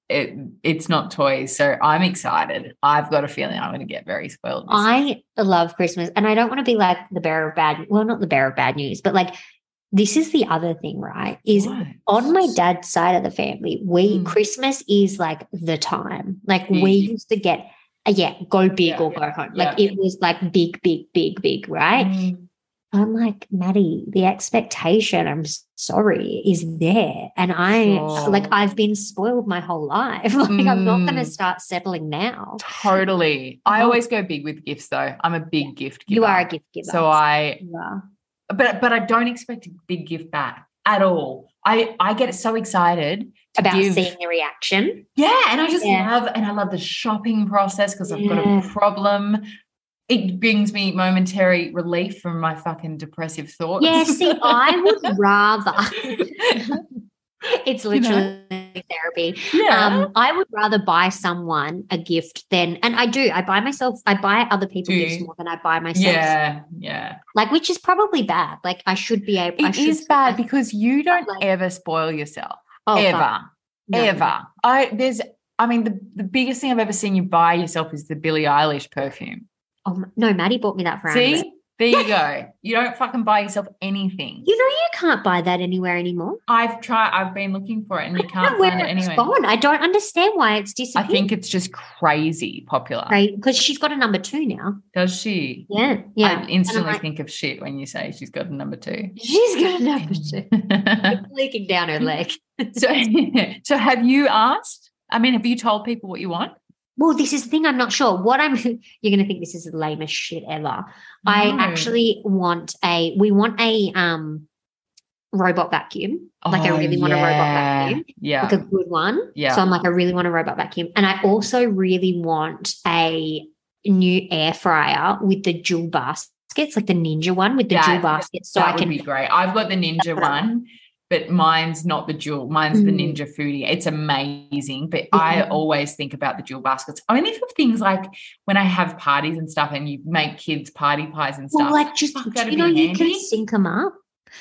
Speaker 2: it it's not toys. So I'm excited. I've got a feeling I'm gonna get very spoiled. this year.
Speaker 1: I love Christmas and I don't want to be like the bearer of bad well, not the bearer of bad news, but like this is the other thing, right? Is
Speaker 2: What?
Speaker 1: on my dad's side of the family, we
Speaker 2: Mm.
Speaker 1: Christmas is like the time. Like we
Speaker 2: Big.
Speaker 1: used to get, uh, yeah, go big
Speaker 2: Hmm. Yeah,
Speaker 1: or
Speaker 2: yeah,
Speaker 1: go home. Like
Speaker 2: yeah.
Speaker 1: it was like big, big, big, big, right?
Speaker 2: Mm,
Speaker 1: I'm like Maddie, the expectation. I'm s- sorry, is there, and I
Speaker 2: Sure.
Speaker 1: like I've been spoiled my whole life. Like I'm not going to
Speaker 2: Mm.
Speaker 1: start settling now.
Speaker 2: totally. I
Speaker 1: Oh.
Speaker 2: always go big with gifts though. I'm a big gift giver.
Speaker 1: You are a gift giver.
Speaker 2: So I
Speaker 1: You are.
Speaker 2: but but I don't expect a big gift back at all. I I get so excited to
Speaker 1: about
Speaker 2: give-
Speaker 1: seeing the reaction.
Speaker 2: Yeah, and I just
Speaker 1: Yeah.
Speaker 2: love and I love the shopping process because I've got
Speaker 1: Yeah.
Speaker 2: a problem. It brings me momentary relief from my fucking depressive thoughts.
Speaker 1: Yeah, see, I would rather.
Speaker 2: yeah.
Speaker 1: it's
Speaker 2: You know?
Speaker 1: literally therapy. Um, I would rather buy someone a gift than, and I do. I buy myself, I buy other people
Speaker 2: Do
Speaker 1: gifts
Speaker 2: you?
Speaker 1: more than I buy myself.
Speaker 2: Mm. yeah, yeah.
Speaker 1: Like, which is probably bad. Like, I should be able. I
Speaker 2: It
Speaker 1: should
Speaker 2: is
Speaker 1: be
Speaker 2: bad
Speaker 1: like,
Speaker 2: because you don't
Speaker 1: like-
Speaker 2: ever spoil yourself.
Speaker 1: oh, fuck,
Speaker 2: ever.
Speaker 1: no.
Speaker 2: Ever. I there's I mean the, the biggest thing I've ever seen you buy yourself is the Billie Eilish perfume.
Speaker 1: Oh, my- no, Maddie bought me that for Amber.
Speaker 2: See, there you go. You don't fucking buy yourself anything.
Speaker 1: You know, you can't buy that anywhere anymore.
Speaker 2: I've tried. I've been looking for it, and you
Speaker 1: I
Speaker 2: can't
Speaker 1: don't know
Speaker 2: find
Speaker 1: where
Speaker 2: it
Speaker 1: it's
Speaker 2: anyway.
Speaker 1: gone. I don't understand why it's
Speaker 2: I
Speaker 1: disappeared.
Speaker 2: think it's just crazy popular.
Speaker 1: right because she's got a number two now.
Speaker 2: Does she?
Speaker 1: Yeah, yeah.
Speaker 2: I instantly
Speaker 1: like-
Speaker 2: think of shit when you say she's got a number two.
Speaker 1: She's got a number two. It's leaking down her leg.
Speaker 2: so, so have you asked? I mean, have you told people what you want?
Speaker 1: Well, this is the thing. I'm not sure what I'm. You're going to think this is the lamest shit ever. I
Speaker 2: No.
Speaker 1: actually want a. We want a um robot vacuum, like I
Speaker 2: Oh,
Speaker 1: really want a robot
Speaker 2: yeah.
Speaker 1: vacuum,
Speaker 2: Yeah,
Speaker 1: like a good one.
Speaker 2: yeah.
Speaker 1: So I'm like, I really want a robot vacuum, and I also really want a new air fryer with the dual baskets, like the ninja one with the
Speaker 2: That-
Speaker 1: dual baskets, so
Speaker 2: that
Speaker 1: I
Speaker 2: would
Speaker 1: can.
Speaker 2: be great. I've got the ninja
Speaker 1: what I want.
Speaker 2: one, but mine's not the jewel. Mine's the
Speaker 1: Mm.
Speaker 2: ninja foodie. It's amazing, but
Speaker 1: Yeah.
Speaker 2: I always think about the jewel baskets only for things like when I have parties and stuff, and you make kids party pies and stuff.
Speaker 1: well, like just
Speaker 2: Fuck,
Speaker 1: do
Speaker 2: that'd
Speaker 1: you know,
Speaker 2: be
Speaker 1: you can
Speaker 2: handy.
Speaker 1: sync them up.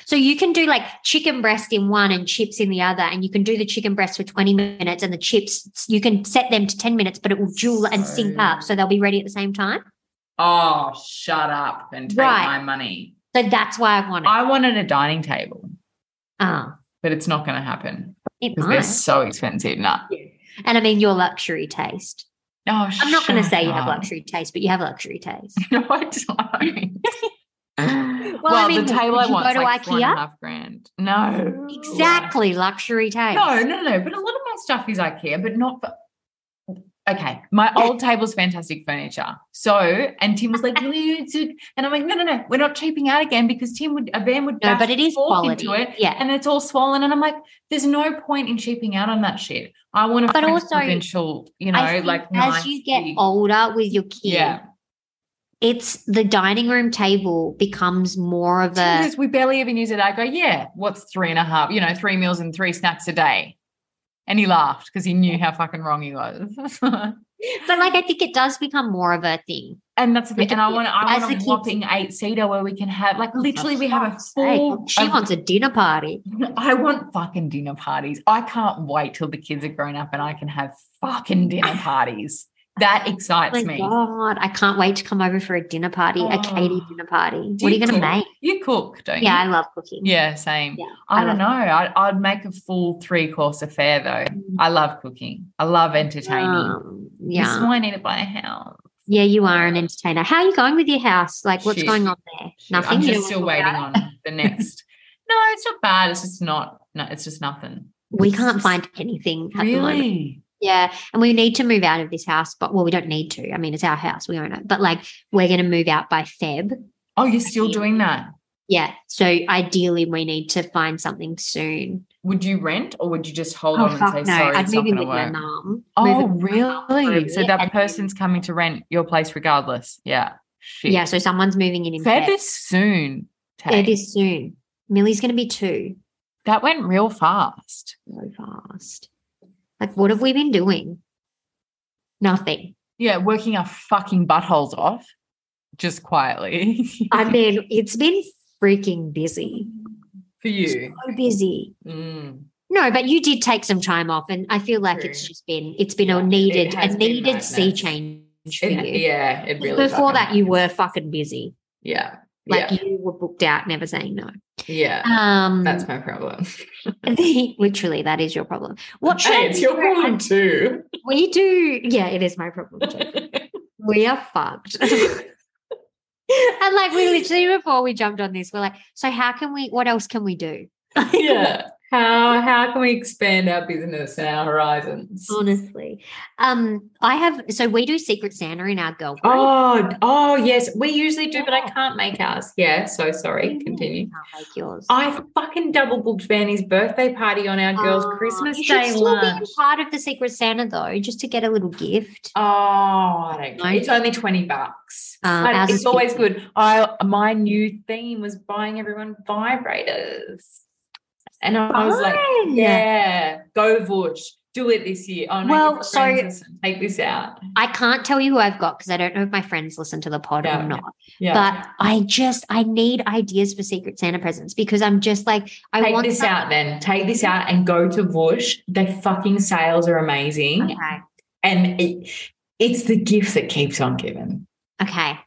Speaker 1: So you can do like chicken breast in one and chips in the other, and you can do the chicken breast for twenty minutes, and the chips you can set them to ten minutes, but it will dual and sync
Speaker 2: So-
Speaker 1: up, so they'll be ready at the same time.
Speaker 2: oh, shut up and take
Speaker 1: Right.
Speaker 2: my money.
Speaker 1: So that's why I want it.
Speaker 2: I wanted a dining table,
Speaker 1: Ah,
Speaker 2: but it's not going to happen
Speaker 1: it
Speaker 2: because they're
Speaker 1: might.
Speaker 2: so expensive. Nah.
Speaker 1: And I mean, your luxury taste.
Speaker 2: Oh,
Speaker 1: I'm not going to
Speaker 2: shut
Speaker 1: say you have
Speaker 2: up.
Speaker 1: luxury taste, but you have luxury taste.
Speaker 2: No, I don't. well,
Speaker 1: mean,
Speaker 2: the table
Speaker 1: would
Speaker 2: I
Speaker 1: you
Speaker 2: want's
Speaker 1: go to
Speaker 2: like four and a
Speaker 1: IKEA?
Speaker 2: half grand. No,
Speaker 1: Exactly, luxury taste.
Speaker 2: No, no, no. But a lot of my stuff is IKEA, but not for. Okay, my old table's fantastic furniture. So, and Tim was like, "Will you do-" and I'm like, "No, no, no. We're not cheaping out again because Tim would a van would
Speaker 1: No,
Speaker 2: bash
Speaker 1: but it is
Speaker 2: fork
Speaker 1: quality.
Speaker 2: into it,
Speaker 1: Yeah.
Speaker 2: and it's all swollen." And I'm like, "There's no point in cheaping out on that shit. I want a
Speaker 1: But
Speaker 2: French
Speaker 1: also,
Speaker 2: provincial, you know,
Speaker 1: I think
Speaker 2: like
Speaker 1: as
Speaker 2: nice
Speaker 1: you get
Speaker 2: big-
Speaker 1: older with your kid,
Speaker 2: Yeah,
Speaker 1: it's the dining room table becomes more of a
Speaker 2: Sometimes we barely even use it. I go, yeah, what's three and a half? You know, three meals and three snacks a day. And he laughed because he knew how fucking wrong he was.
Speaker 1: But like, I think it does become more of a thing.
Speaker 2: and that's the thing.
Speaker 1: Like,
Speaker 2: And I want
Speaker 1: as
Speaker 2: I
Speaker 1: Oh,
Speaker 2: want
Speaker 1: the
Speaker 2: a
Speaker 1: kids-
Speaker 2: whopping eight seater where we can have like literally we have a
Speaker 1: Hey,
Speaker 2: full
Speaker 1: she
Speaker 2: a-
Speaker 1: wants a dinner party.
Speaker 2: I want fucking dinner parties. I can't wait till the kids are grown up and I can have fucking dinner parties. That excites
Speaker 1: My
Speaker 2: me.
Speaker 1: God, I can't wait to come over for a dinner party, a Katie
Speaker 2: Oh.
Speaker 1: dinner party.
Speaker 2: Do
Speaker 1: what are you going
Speaker 2: cook?
Speaker 1: to make?
Speaker 2: You cook, don't
Speaker 1: Yeah, I
Speaker 2: you?
Speaker 1: love cooking.
Speaker 2: Yeah, same.
Speaker 1: Yeah,
Speaker 2: I,
Speaker 1: I love
Speaker 2: don't know. I'd, I'd make a full three course affair though. I love cooking. I love entertaining.
Speaker 1: Um,
Speaker 2: This is
Speaker 1: yeah.
Speaker 2: why I need to buy a house.
Speaker 1: Yeah, you are an entertainer. How are you going with your house? Like, what's
Speaker 2: Shit.
Speaker 1: going on there?
Speaker 2: Shit,
Speaker 1: Nothing.
Speaker 2: I'm
Speaker 1: You
Speaker 2: just
Speaker 1: don't
Speaker 2: still
Speaker 1: wanna talk
Speaker 2: waiting
Speaker 1: about it?
Speaker 2: on the next. no, it's not bad. It's just not. No, it's just nothing.
Speaker 1: We can't find anything at the moment.
Speaker 2: Really?
Speaker 1: Yeah. And we need to move out of this house, but well, we don't need to. I mean, it's our house, we own it. But like, we're going to move out by Feb.
Speaker 2: Oh, you're still doing that?
Speaker 1: Yeah. So ideally, we need to find something soon.
Speaker 2: Would you rent or would you just hold
Speaker 1: Oh,
Speaker 2: on and say
Speaker 1: fuck no.
Speaker 2: sorry?
Speaker 1: I'd
Speaker 2: it's not
Speaker 1: move in
Speaker 2: going
Speaker 1: with my
Speaker 2: to work.
Speaker 1: mum. Move
Speaker 2: Oh,
Speaker 1: in with my mum for a
Speaker 2: really? So
Speaker 1: bit
Speaker 2: that
Speaker 1: and-
Speaker 2: person's coming to rent your place regardless. Yeah. Shit.
Speaker 1: Yeah. So someone's moving in in
Speaker 2: Feb
Speaker 1: Feb.
Speaker 2: is soon.
Speaker 1: Feb
Speaker 2: Tay.
Speaker 1: is soon. Millie's going to be two.
Speaker 2: That went real fast.
Speaker 1: So fast. Like, what have we been doing? Nothing.
Speaker 2: Yeah, working our fucking buttholes off just quietly.
Speaker 1: I mean, it's been freaking busy.
Speaker 2: For you.
Speaker 1: So busy.
Speaker 2: Mm.
Speaker 1: No, but you did take some time off, and I feel like it's
Speaker 2: True.
Speaker 1: just been it's been
Speaker 2: Yeah,
Speaker 1: a needed
Speaker 2: it
Speaker 1: a
Speaker 2: has been
Speaker 1: needed
Speaker 2: madness.
Speaker 1: sea change for
Speaker 2: It-
Speaker 1: you.
Speaker 2: yeah, it really
Speaker 1: Before
Speaker 2: fucking
Speaker 1: that, you were
Speaker 2: happens.
Speaker 1: fucking busy.
Speaker 2: Yeah.
Speaker 1: Like you were booked out, never saying no.
Speaker 2: yeah. yeah.
Speaker 1: Um,
Speaker 2: That's my problem.
Speaker 1: literally that is your problem. What should
Speaker 2: Hey,
Speaker 1: I
Speaker 2: it's
Speaker 1: do
Speaker 2: your
Speaker 1: around-
Speaker 2: problem too.
Speaker 1: We do, yeah, it is my problem. Too. we are fucked. and like we literally before we jumped on this, we're like, so how can we? What else can we do?
Speaker 2: yeah. How how can we expand our business and our horizons?
Speaker 1: Honestly, um, I have so we do Secret Santa in our girl group.
Speaker 2: Oh, oh yes. We usually do, but I
Speaker 1: Yeah.
Speaker 2: can't make ours. Yeah, so sorry.
Speaker 1: Yeah,
Speaker 2: Continue.
Speaker 1: Can't make yours.
Speaker 2: I fucking double booked Vanny's birthday party on our girls'
Speaker 1: Oh,
Speaker 2: Christmas
Speaker 1: you should
Speaker 2: Day
Speaker 1: still be
Speaker 2: lunch.
Speaker 1: part of the Secret Santa though, just to get a little gift.
Speaker 2: Oh, I don't
Speaker 1: No.
Speaker 2: care. It's only 20 bucks.
Speaker 1: Uh,
Speaker 2: But
Speaker 1: ours
Speaker 2: it's
Speaker 1: is
Speaker 2: always
Speaker 1: 50.
Speaker 2: good. I my new theme was buying everyone vibrators. And I was like,
Speaker 1: Fun.
Speaker 2: yeah, go Vooch. Do it this year. Oh no,
Speaker 1: Well,
Speaker 2: your friends
Speaker 1: so-
Speaker 2: listen, take this out.
Speaker 1: I can't tell you who I've got because I don't know if my friends listen to the pod
Speaker 2: Yeah.
Speaker 1: or not.
Speaker 2: Yeah.
Speaker 1: But I just I need ideas for Secret Santa presents because I'm just like I
Speaker 2: take
Speaker 1: want
Speaker 2: this
Speaker 1: some-
Speaker 2: out then. Take this out and go to Vush. Their fucking sales are amazing.
Speaker 1: Okay.
Speaker 2: And it, it's the gift that keeps on giving.
Speaker 1: Okay.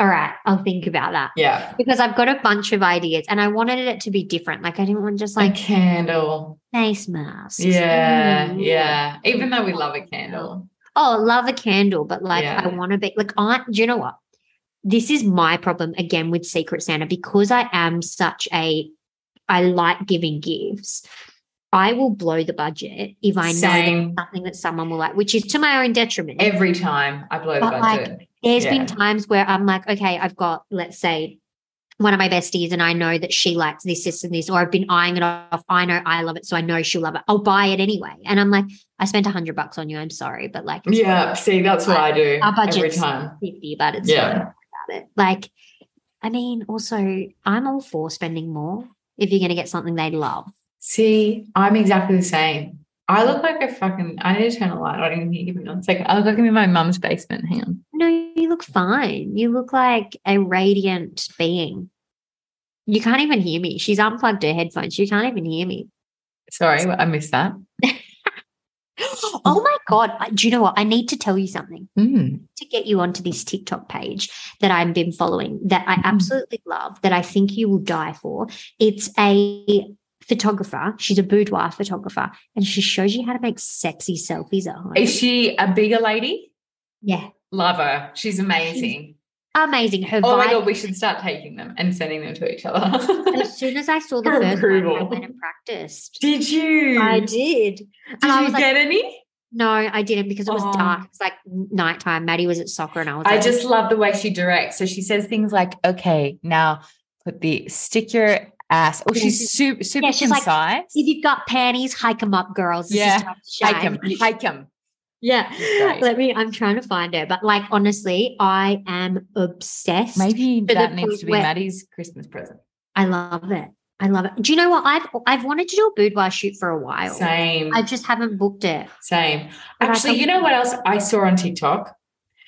Speaker 1: All right. I'll think about that.
Speaker 2: Yeah.
Speaker 1: Because I've got a bunch of ideas and I wanted it to be different. Like I didn't want just
Speaker 2: Like
Speaker 1: like
Speaker 2: candle.
Speaker 1: face masks.
Speaker 2: Yeah.
Speaker 1: Mm.
Speaker 2: Yeah. Even though we love a candle.
Speaker 1: oh, love a candle, but like
Speaker 2: Yeah.
Speaker 1: I want to be like I do you know what? This is my problem again with Secret Santa because I am such a I like giving gifts. I will blow the budget if I know
Speaker 2: Same.
Speaker 1: that something that someone will like, which is to my own detriment. There's
Speaker 2: Every time I blow the
Speaker 1: But, like,
Speaker 2: budget. yeah.
Speaker 1: been times where I'm like, okay, I've got, let's say, one of my besties, and I know that she likes this, this, and this, or I've been eyeing it off. I know I love it, so I know she'll love it. I'll buy it anyway. And I'm like, I spent a hundred bucks on you. I'm sorry, but like, it's
Speaker 2: yeah. See, that's what I do
Speaker 1: Our
Speaker 2: every
Speaker 1: budget's-
Speaker 2: time.
Speaker 1: 50, but it's
Speaker 2: Yeah.
Speaker 1: fine about it. Like, I mean, also, I'm all for spending more if you're going to get something they love.
Speaker 2: See, I'm exactly the same. I look like a fucking. I need to turn a light on in here. Give me one second. I look like I'm in my mum's basement. Hang on.
Speaker 1: No, you look fine. You look like a radiant being. You can't even hear me. She's unplugged her headphones. You can't even hear me.
Speaker 2: Sorry, I missed that.
Speaker 1: Oh my God. I- Do you know what? I need to tell you something
Speaker 2: Mm.
Speaker 1: to get you onto this TikTok page that I've been following that I
Speaker 2: Mhm.
Speaker 1: absolutely love, that I think you will die for. It's a photographer. She's a boudoir photographer and she shows you how to make sexy selfies at home.
Speaker 2: Is she a bigger lady?
Speaker 1: Yeah.
Speaker 2: Love her. She's amazing.
Speaker 1: Amazing. Her
Speaker 2: Oh my
Speaker 1: vibe-
Speaker 2: god, we should start taking them and sending them to each other.
Speaker 1: As soon as I saw the
Speaker 2: For
Speaker 1: first one, I
Speaker 2: approval.
Speaker 1: went and practiced.
Speaker 2: Did you?
Speaker 1: I
Speaker 2: Did
Speaker 1: did. And I
Speaker 2: you
Speaker 1: was
Speaker 2: get
Speaker 1: like,
Speaker 2: any?
Speaker 1: no, I didn't because it was
Speaker 2: Oh.
Speaker 1: dark. It's like nighttime. Maddie was at soccer and I was
Speaker 2: I
Speaker 1: like,
Speaker 2: just love the way she directs. So she says things like, "Okay, now put the stick your ass." Oh,
Speaker 1: Yeah,
Speaker 2: she's super super
Speaker 1: yeah, she's like,
Speaker 2: concise.
Speaker 1: if you've got panties, hike them up, girls. This
Speaker 2: Yeah.
Speaker 1: is time to
Speaker 2: hike
Speaker 1: shine."
Speaker 2: him, hike him. She's
Speaker 1: Yeah.
Speaker 2: great.
Speaker 1: Let me, I'm trying to find her. But like, honestly, I am obsessed.
Speaker 2: Maybe
Speaker 1: the
Speaker 2: that
Speaker 1: point
Speaker 2: needs to be
Speaker 1: where-
Speaker 2: Maddie's Christmas present.
Speaker 1: I love it. I love it. Do you know what? I've I've wanted to do a boudoir shoot for a while.
Speaker 2: Same.
Speaker 1: I just haven't booked it.
Speaker 2: Same.
Speaker 1: But I
Speaker 2: Actually,
Speaker 1: think-
Speaker 2: you know what else I saw on TikTok,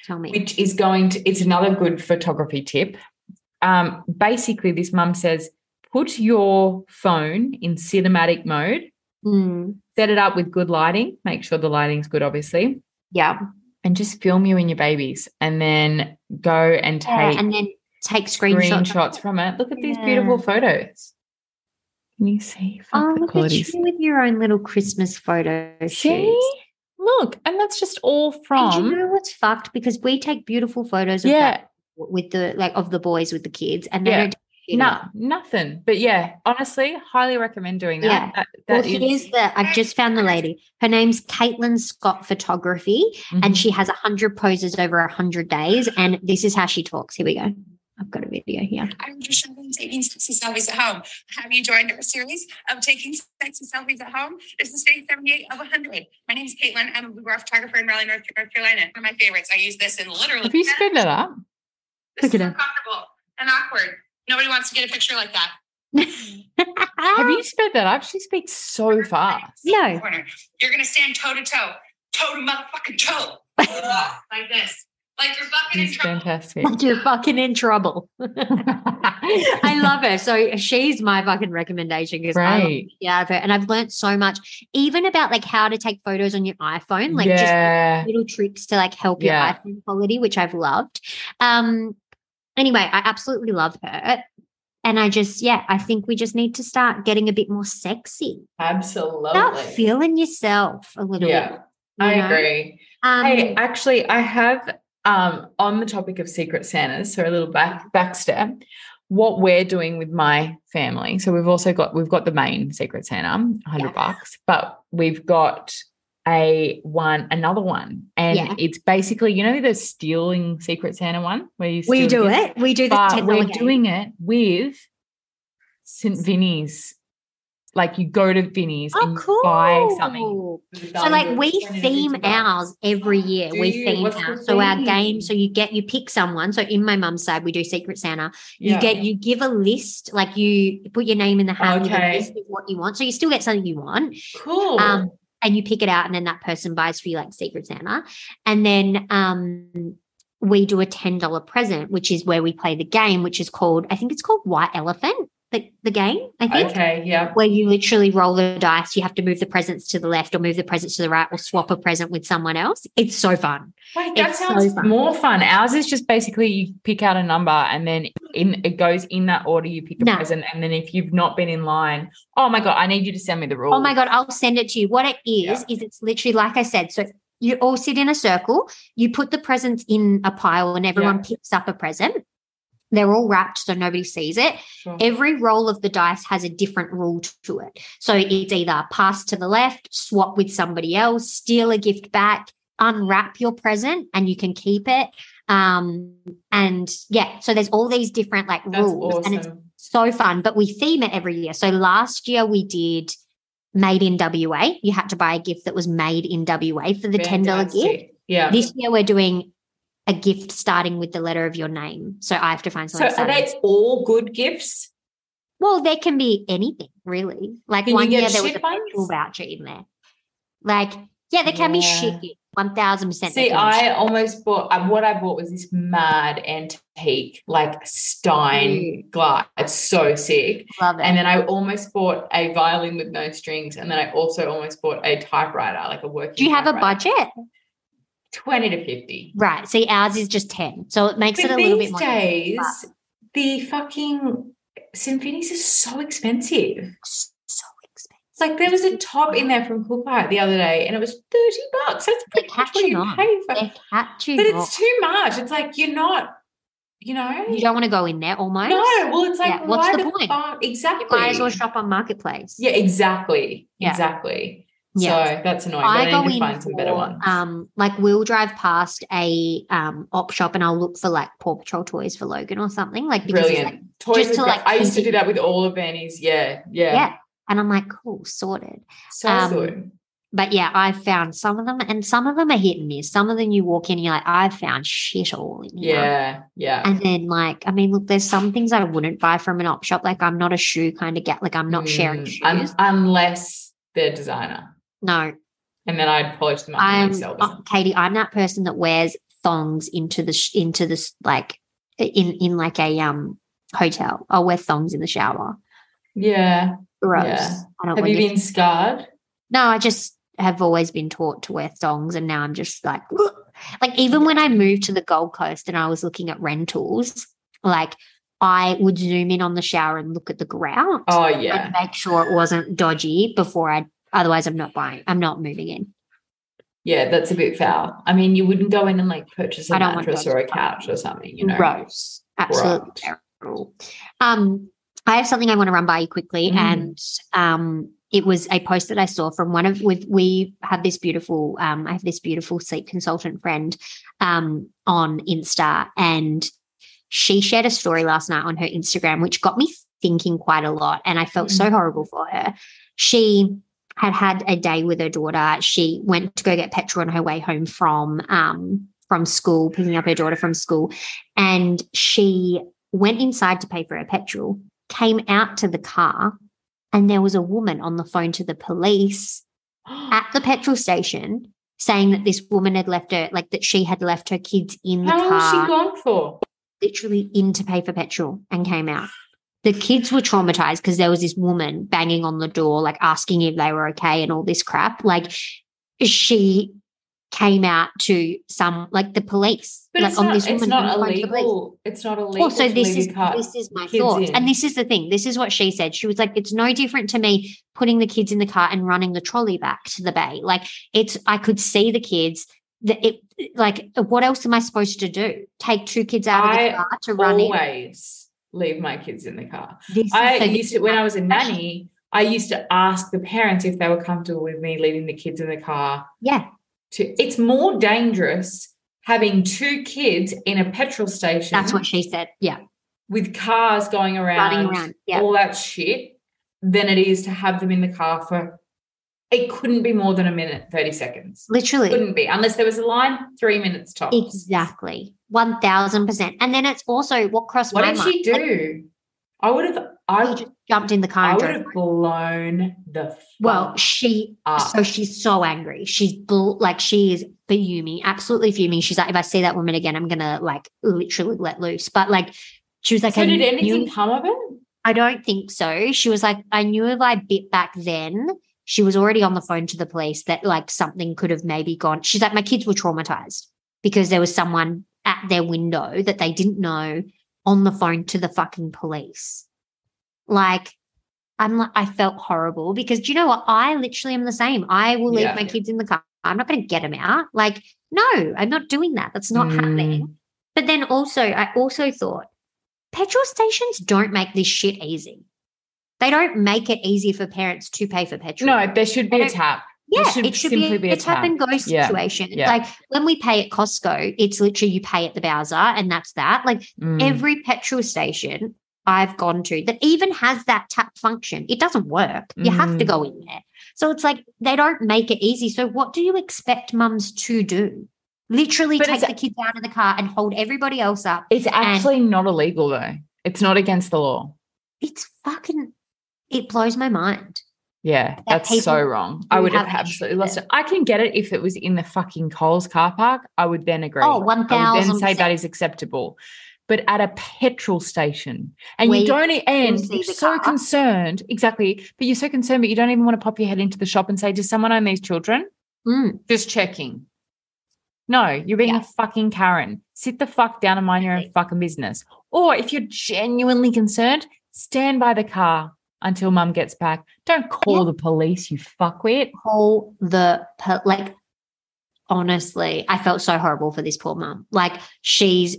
Speaker 1: Tell me.
Speaker 2: which is going to, it's another good photography tip. Um, basically, this mum says put your phone in cinematic mode,
Speaker 1: Mm,
Speaker 2: set it up with good lighting, make sure the lighting's good, obviously,
Speaker 1: yeah.
Speaker 2: and just film you and your babies and then go and take
Speaker 1: Yeah, And then take screenshots.
Speaker 2: screenshots from it. Look at these
Speaker 1: Yeah.
Speaker 2: beautiful photos. Can you see? Fuck,
Speaker 1: Oh,
Speaker 2: the
Speaker 1: look at
Speaker 2: quality's-
Speaker 1: you with your own little Christmas photo
Speaker 2: See?
Speaker 1: shoots.
Speaker 2: Look, and that's just all
Speaker 1: And do
Speaker 2: from.
Speaker 1: you know what's fucked? Because we take beautiful photos of
Speaker 2: yeah,
Speaker 1: that with the like of the boys with the kids, and they
Speaker 2: Yeah.
Speaker 1: don't do shit
Speaker 2: no,
Speaker 1: about it.
Speaker 2: nothing. But yeah, honestly, highly recommend doing that.
Speaker 1: Yeah.
Speaker 2: That-
Speaker 1: Well,
Speaker 2: that
Speaker 1: here's
Speaker 2: is-
Speaker 1: the. I've just found the lady. Her name's Caitlin Scott Photography, and
Speaker 2: Mhm.
Speaker 1: she has hundred poses over hundred days. And this is how she talks. Here we go. I've got a video here.
Speaker 3: I'm just showing taking sexy selfies at home. Have you joined our series of taking sexy selfies at home? This is day 78 of 100. My name is Caitlin. I'm a boudoir photographer in Raleigh, North, North Carolina. One of my favorites. I use this in literally.
Speaker 2: If you spin it up,
Speaker 3: This
Speaker 1: Look at
Speaker 3: is
Speaker 1: her.
Speaker 3: uncomfortable and awkward. Nobody wants to get a picture like that.
Speaker 2: have you sped that up? She speaks so fast.
Speaker 1: No.
Speaker 3: Corner. You're gonna stand toe to toe, toe to motherfucking toe, like this, like you're fucking in
Speaker 2: She's
Speaker 3: trouble.
Speaker 2: fantastic.
Speaker 1: Like you're fucking in trouble. I love her. So she's my fucking recommendation because I love
Speaker 2: Great.
Speaker 1: the shit out of her. And I've learned so much, even about like how to take photos on your iPhone, like just
Speaker 2: yeah.
Speaker 1: little tricks to like help
Speaker 2: Yeah.
Speaker 1: your iPhone quality, which I've loved. Um, anyway, I absolutely love her. And I just, yeah, I think we just need to start getting a bit more sexy. Start
Speaker 2: Absolutely.
Speaker 1: feeling yourself a little
Speaker 2: Yeah,
Speaker 1: bit. you
Speaker 2: I
Speaker 1: know?
Speaker 2: agree.
Speaker 1: Um,
Speaker 2: Hey, actually, I have um, on the topic of secret Santas, so a little back back step. What we're doing with my family, so we've also got we've got the main secret Santa, hundred
Speaker 1: Yeah.
Speaker 2: bucks, but we've got a one another one, and
Speaker 1: Yeah.
Speaker 2: it's basically you know the stealing secret Santa one where you
Speaker 1: we
Speaker 2: steal
Speaker 1: do
Speaker 2: the gift?
Speaker 1: it. We do the
Speaker 2: but
Speaker 1: $10
Speaker 2: we're
Speaker 1: game.
Speaker 2: doing it with St. Vinny's. Like you go to Vinny's
Speaker 1: oh,
Speaker 2: and
Speaker 1: cool.
Speaker 2: you buy something.
Speaker 1: So like we theme ours every year.
Speaker 2: Do
Speaker 1: we
Speaker 2: you?
Speaker 1: theme
Speaker 2: What's the
Speaker 1: ours. So our
Speaker 2: theme?
Speaker 1: game, so you get you pick someone. So in my mum's side, we do Secret Santa.
Speaker 2: Yeah.
Speaker 1: You get you give a list, like you put your name in the hat, you get
Speaker 2: Okay.
Speaker 1: a list of what you want. So you still get something you want
Speaker 2: Cool.
Speaker 1: Um, and you pick it out, and then that person buys for you like Secret Santa. And then um we do a $10 present, which is where we play the game, which is called, I think it's called White Elephant, the, the game, I think
Speaker 2: okay. Yeah.
Speaker 1: where you literally roll the dice. You have to move the presents to the left or move the presents to the right or swap a present with someone else. It's so fun.
Speaker 2: Wait, that
Speaker 1: It's so
Speaker 2: sounds
Speaker 1: fun.
Speaker 2: more fun. Ours is just basically you pick out a number and then in it goes in that order you pick a
Speaker 1: No.
Speaker 2: present. And then if you've not been in line, oh my God, I need you to send me the rules.
Speaker 1: Oh my God, I'll send it to you. What it is, is it's literally like I said. So you all sit in a circle, you put the presents in a pile, and everyone picks up a present. They're all wrapped so nobody sees it.
Speaker 2: Sure.
Speaker 1: Every roll of the dice has a different rule to it. So it's either pass to the left, swap with somebody else, steal a gift back, unwrap your present, and you can keep it. Um, and yeah, so there's all these different like
Speaker 2: That's
Speaker 1: rules,
Speaker 2: awesome.
Speaker 1: and it's so fun. But we theme it every year. So last year we did made in WA. You had to buy a gift that was made in WA for the ten dollar gift.
Speaker 2: Fantastic. Yeah.
Speaker 1: This year we're doing a gift starting with the letter of your name. So I have to find
Speaker 2: so
Speaker 1: something.
Speaker 2: are
Speaker 1: starting-
Speaker 2: they all good gifts?
Speaker 1: well, there can be anything really. Like
Speaker 2: Can you
Speaker 1: one
Speaker 2: get
Speaker 1: year there was
Speaker 2: shit
Speaker 1: a petrol
Speaker 2: ones?
Speaker 1: voucher in there. Like, yeah, there can be
Speaker 2: Yeah.
Speaker 1: shit. gifts. One thousand percent.
Speaker 2: See, I almost bought um, what I bought was this mad antique, like Stein glass. It's so sick.
Speaker 1: love it.
Speaker 2: And then I almost bought a violin with no strings. And then I also almost bought a typewriter, like a working.
Speaker 1: Do you have a
Speaker 2: typewriter.
Speaker 1: budget?
Speaker 2: 20 to 50.
Speaker 1: Right. See, ours is just ten, so it makes
Speaker 2: But
Speaker 1: it a
Speaker 2: these
Speaker 1: little bit more.
Speaker 2: days, the fucking Symphonies is so expensive.
Speaker 1: so expensive.
Speaker 2: It's like there was a top in there from Cookite the other day and it was 30 bucks. That's pretty much what
Speaker 1: catching
Speaker 2: you
Speaker 1: on.
Speaker 2: pay for.
Speaker 1: They're catching.
Speaker 2: But
Speaker 1: on.
Speaker 2: it's too much. It's like you're not, you know.
Speaker 1: You don't want to go in there almost.
Speaker 2: no, well, it's like
Speaker 1: Yeah, what's
Speaker 2: why
Speaker 1: the point?
Speaker 2: fuck- Exactly.
Speaker 1: You might as well shop on Marketplace.
Speaker 2: Yeah, exactly.
Speaker 1: Yeah.
Speaker 2: Exactly.
Speaker 1: Yeah.
Speaker 2: So that's annoying.
Speaker 1: I
Speaker 2: but I
Speaker 1: go
Speaker 2: need to
Speaker 1: in
Speaker 2: find some better
Speaker 1: for,
Speaker 2: ones.
Speaker 1: Um, like we'll drive past a um op shop and I'll look for like Paw Patrol toys for Logan or something. Like because it's,
Speaker 2: Brilliant.
Speaker 1: like,
Speaker 2: Toys
Speaker 1: just
Speaker 2: with
Speaker 1: to,
Speaker 2: gra-
Speaker 1: like,
Speaker 2: I used to
Speaker 1: keep
Speaker 2: do
Speaker 1: it-
Speaker 2: that with all of Annie's. Yeah. Yeah.
Speaker 1: yeah. And I'm like, cool, sorted.
Speaker 2: So
Speaker 1: Um,
Speaker 2: good.
Speaker 1: But yeah, I found some of them, and some of them are hit and miss. Some of them you walk in, you're like, I've found shit all in here.
Speaker 2: Yeah. Yeah.
Speaker 1: And then, like, I mean, look, there's some things I wouldn't buy from an op shop. Like, I'm not a shoe kind of get. Like, I'm not sharing
Speaker 2: Mm,
Speaker 1: shoes.
Speaker 2: un- unless they're designer.
Speaker 1: no,
Speaker 2: And then I'd polish them up and
Speaker 1: I'm
Speaker 2: resell
Speaker 1: uh,
Speaker 2: them.
Speaker 1: Katie. I'm that person that wears thongs into the sh- into this like in in like a um hotel. I'll wear thongs in the shower.
Speaker 2: Yeah.
Speaker 1: Gross.
Speaker 2: Yeah.
Speaker 1: I don't.
Speaker 2: Have
Speaker 1: wear
Speaker 2: you
Speaker 1: this-
Speaker 2: been scarred?
Speaker 1: No, I just have always been taught to wear thongs, and now I'm just like, like even when I moved to the Gold Coast and I was looking at rentals, like I would zoom in on the shower and look at the grout
Speaker 2: Oh
Speaker 1: and
Speaker 2: yeah.
Speaker 1: make sure it wasn't dodgy before I. Otherwise, I'm not buying. I'm not moving in.
Speaker 2: Yeah, that's a bit foul. I mean, you wouldn't go in and like purchase a
Speaker 1: I don't want
Speaker 2: mattress
Speaker 1: those
Speaker 2: or a couch or something, you know.
Speaker 1: Gross. Absolutely
Speaker 2: Right.
Speaker 1: terrible. Um, I have something I want to run by you quickly,
Speaker 2: Mm.
Speaker 1: and um, it was a post that I saw from one of with we have this beautiful um, I have this beautiful sleep consultant friend um, on Insta, and she shared a story last night on her Instagram, which got me thinking quite a lot, and I felt so horrible for her. She had had a day with her daughter. She went to go get petrol on her way home from um, from school, picking up her daughter from school, and she went inside to pay for her petrol, came out to the car, and there was a woman on the phone to the police at the petrol station saying that this woman had left her, like that she had left her kids in the
Speaker 2: How long was
Speaker 1: car,
Speaker 2: she gone for?
Speaker 1: literally in to pay for petrol and came out. The kids were traumatized because there was this woman banging on the door, like asking if they were okay and all this crap. Like she came out to some, like the police,
Speaker 2: But
Speaker 1: like
Speaker 2: it's, not, it's
Speaker 1: woman on
Speaker 2: not
Speaker 1: the phone to the police.
Speaker 2: illegal. It's not illegal.
Speaker 1: Also,
Speaker 2: to
Speaker 1: this
Speaker 2: leave
Speaker 1: is
Speaker 2: your car.
Speaker 1: this is my
Speaker 2: kids
Speaker 1: thoughts,
Speaker 2: in.
Speaker 1: and this is the thing. This is what she said. She was like, "It's no different to me putting the kids in the car and running the trolley back to the bay. Like it's, I could see the kids. That it, like, what else am I supposed to do? Take two kids out of
Speaker 2: I
Speaker 1: the car to run in?
Speaker 2: always leave my kids in the car.
Speaker 1: This is
Speaker 2: I
Speaker 1: the-
Speaker 2: used to when I was a nanny, I used to ask the parents if they were comfortable with me leaving the kids in the car.
Speaker 1: yeah,
Speaker 2: To it's more dangerous having two kids in a petrol station
Speaker 1: that's what she said. Yeah,
Speaker 2: with cars going around,
Speaker 1: running around. Yeah,
Speaker 2: all that shit, than it is to have them in the car for it couldn't be more than a minute, 30 seconds.
Speaker 1: literally.
Speaker 2: Couldn't be unless there was a line, three minutes tops.
Speaker 1: Exactly. 1000%. And then it's also what crossed
Speaker 2: What
Speaker 1: my
Speaker 2: did
Speaker 1: mind.
Speaker 2: she do? I would have I
Speaker 1: She just jumped in the car
Speaker 2: I
Speaker 1: and
Speaker 2: would
Speaker 1: drove.
Speaker 2: have blown the
Speaker 1: Well,
Speaker 2: fuck
Speaker 1: she
Speaker 2: up.
Speaker 1: So she's so angry. She's bl- like she is fuming, absolutely fuming. She's like, if I see that woman again, I'm gonna like literally let loose. But like, she was like,
Speaker 2: so
Speaker 1: I,
Speaker 2: did
Speaker 1: knew-
Speaker 2: anything come of it?
Speaker 1: I don't think so. She was like, I knew if I bit back then, she was already on the phone to the police that like something could have maybe gone. She's like, my kids were traumatized because there was someone at their window that they didn't know on the phone to the fucking police. Like, I'm like, I felt horrible because do you know what? I literally am the same. I will leave
Speaker 2: Yeah.
Speaker 1: my kids in the car. I'm not going to get them out. Like, no, I'm not doing that. That's not happening. But then also, I also thought petrol stations don't make this shit easy. They don't make it easy for parents to pay for petrol.
Speaker 2: No, there should be
Speaker 1: I
Speaker 2: a
Speaker 1: don't-
Speaker 2: tap. there
Speaker 1: Yeah,
Speaker 2: should
Speaker 1: it should
Speaker 2: simply
Speaker 1: be,
Speaker 2: be a
Speaker 1: a tap and go
Speaker 2: Yeah,
Speaker 1: situation.
Speaker 2: yeah.
Speaker 1: Like when we pay at Costco, it's literally you pay at the Bowser and that's that. Like
Speaker 2: Mm. Hmm.
Speaker 1: every petrol station I've gone to that even has that tap function, it doesn't work. You have to
Speaker 2: Mm.
Speaker 1: go in there. So it's like they don't make it easy. So what do you expect mums to do? Literally
Speaker 2: But
Speaker 1: take
Speaker 2: it's-
Speaker 1: the kids out of the car and hold everybody else up.
Speaker 2: It's actually not illegal though. It's not against the law.
Speaker 1: It's fucking, it blows my mind.
Speaker 2: Yeah, that's so
Speaker 1: people
Speaker 2: wrong. I
Speaker 1: who
Speaker 2: would have
Speaker 1: have issues
Speaker 2: absolutely
Speaker 1: with
Speaker 2: lost
Speaker 1: it.
Speaker 2: it. I can get it if it was in the fucking Coles car park. I would then agree.
Speaker 1: Oh, one
Speaker 2: I would then
Speaker 1: thousand.
Speaker 2: say that is acceptable. But at a petrol station, and
Speaker 1: Where
Speaker 2: you
Speaker 1: you
Speaker 2: don't, e-, and
Speaker 1: see
Speaker 2: you're
Speaker 1: the
Speaker 2: so
Speaker 1: car.
Speaker 2: concerned, exactly. But you're so concerned, but you don't even want to pop your head into the shop and say, "Does someone own these children?"
Speaker 1: Mm.
Speaker 2: Just checking. No, you're being
Speaker 1: Yeah.
Speaker 2: a fucking Karen. Sit the fuck down and mind your own
Speaker 1: Exactly.
Speaker 2: fucking business. Or if you're genuinely concerned, stand by the car until mum gets back. Don't call the police, you fuckwit.
Speaker 1: Call the per- like. Honestly, I felt so horrible for this poor mum. Like she's,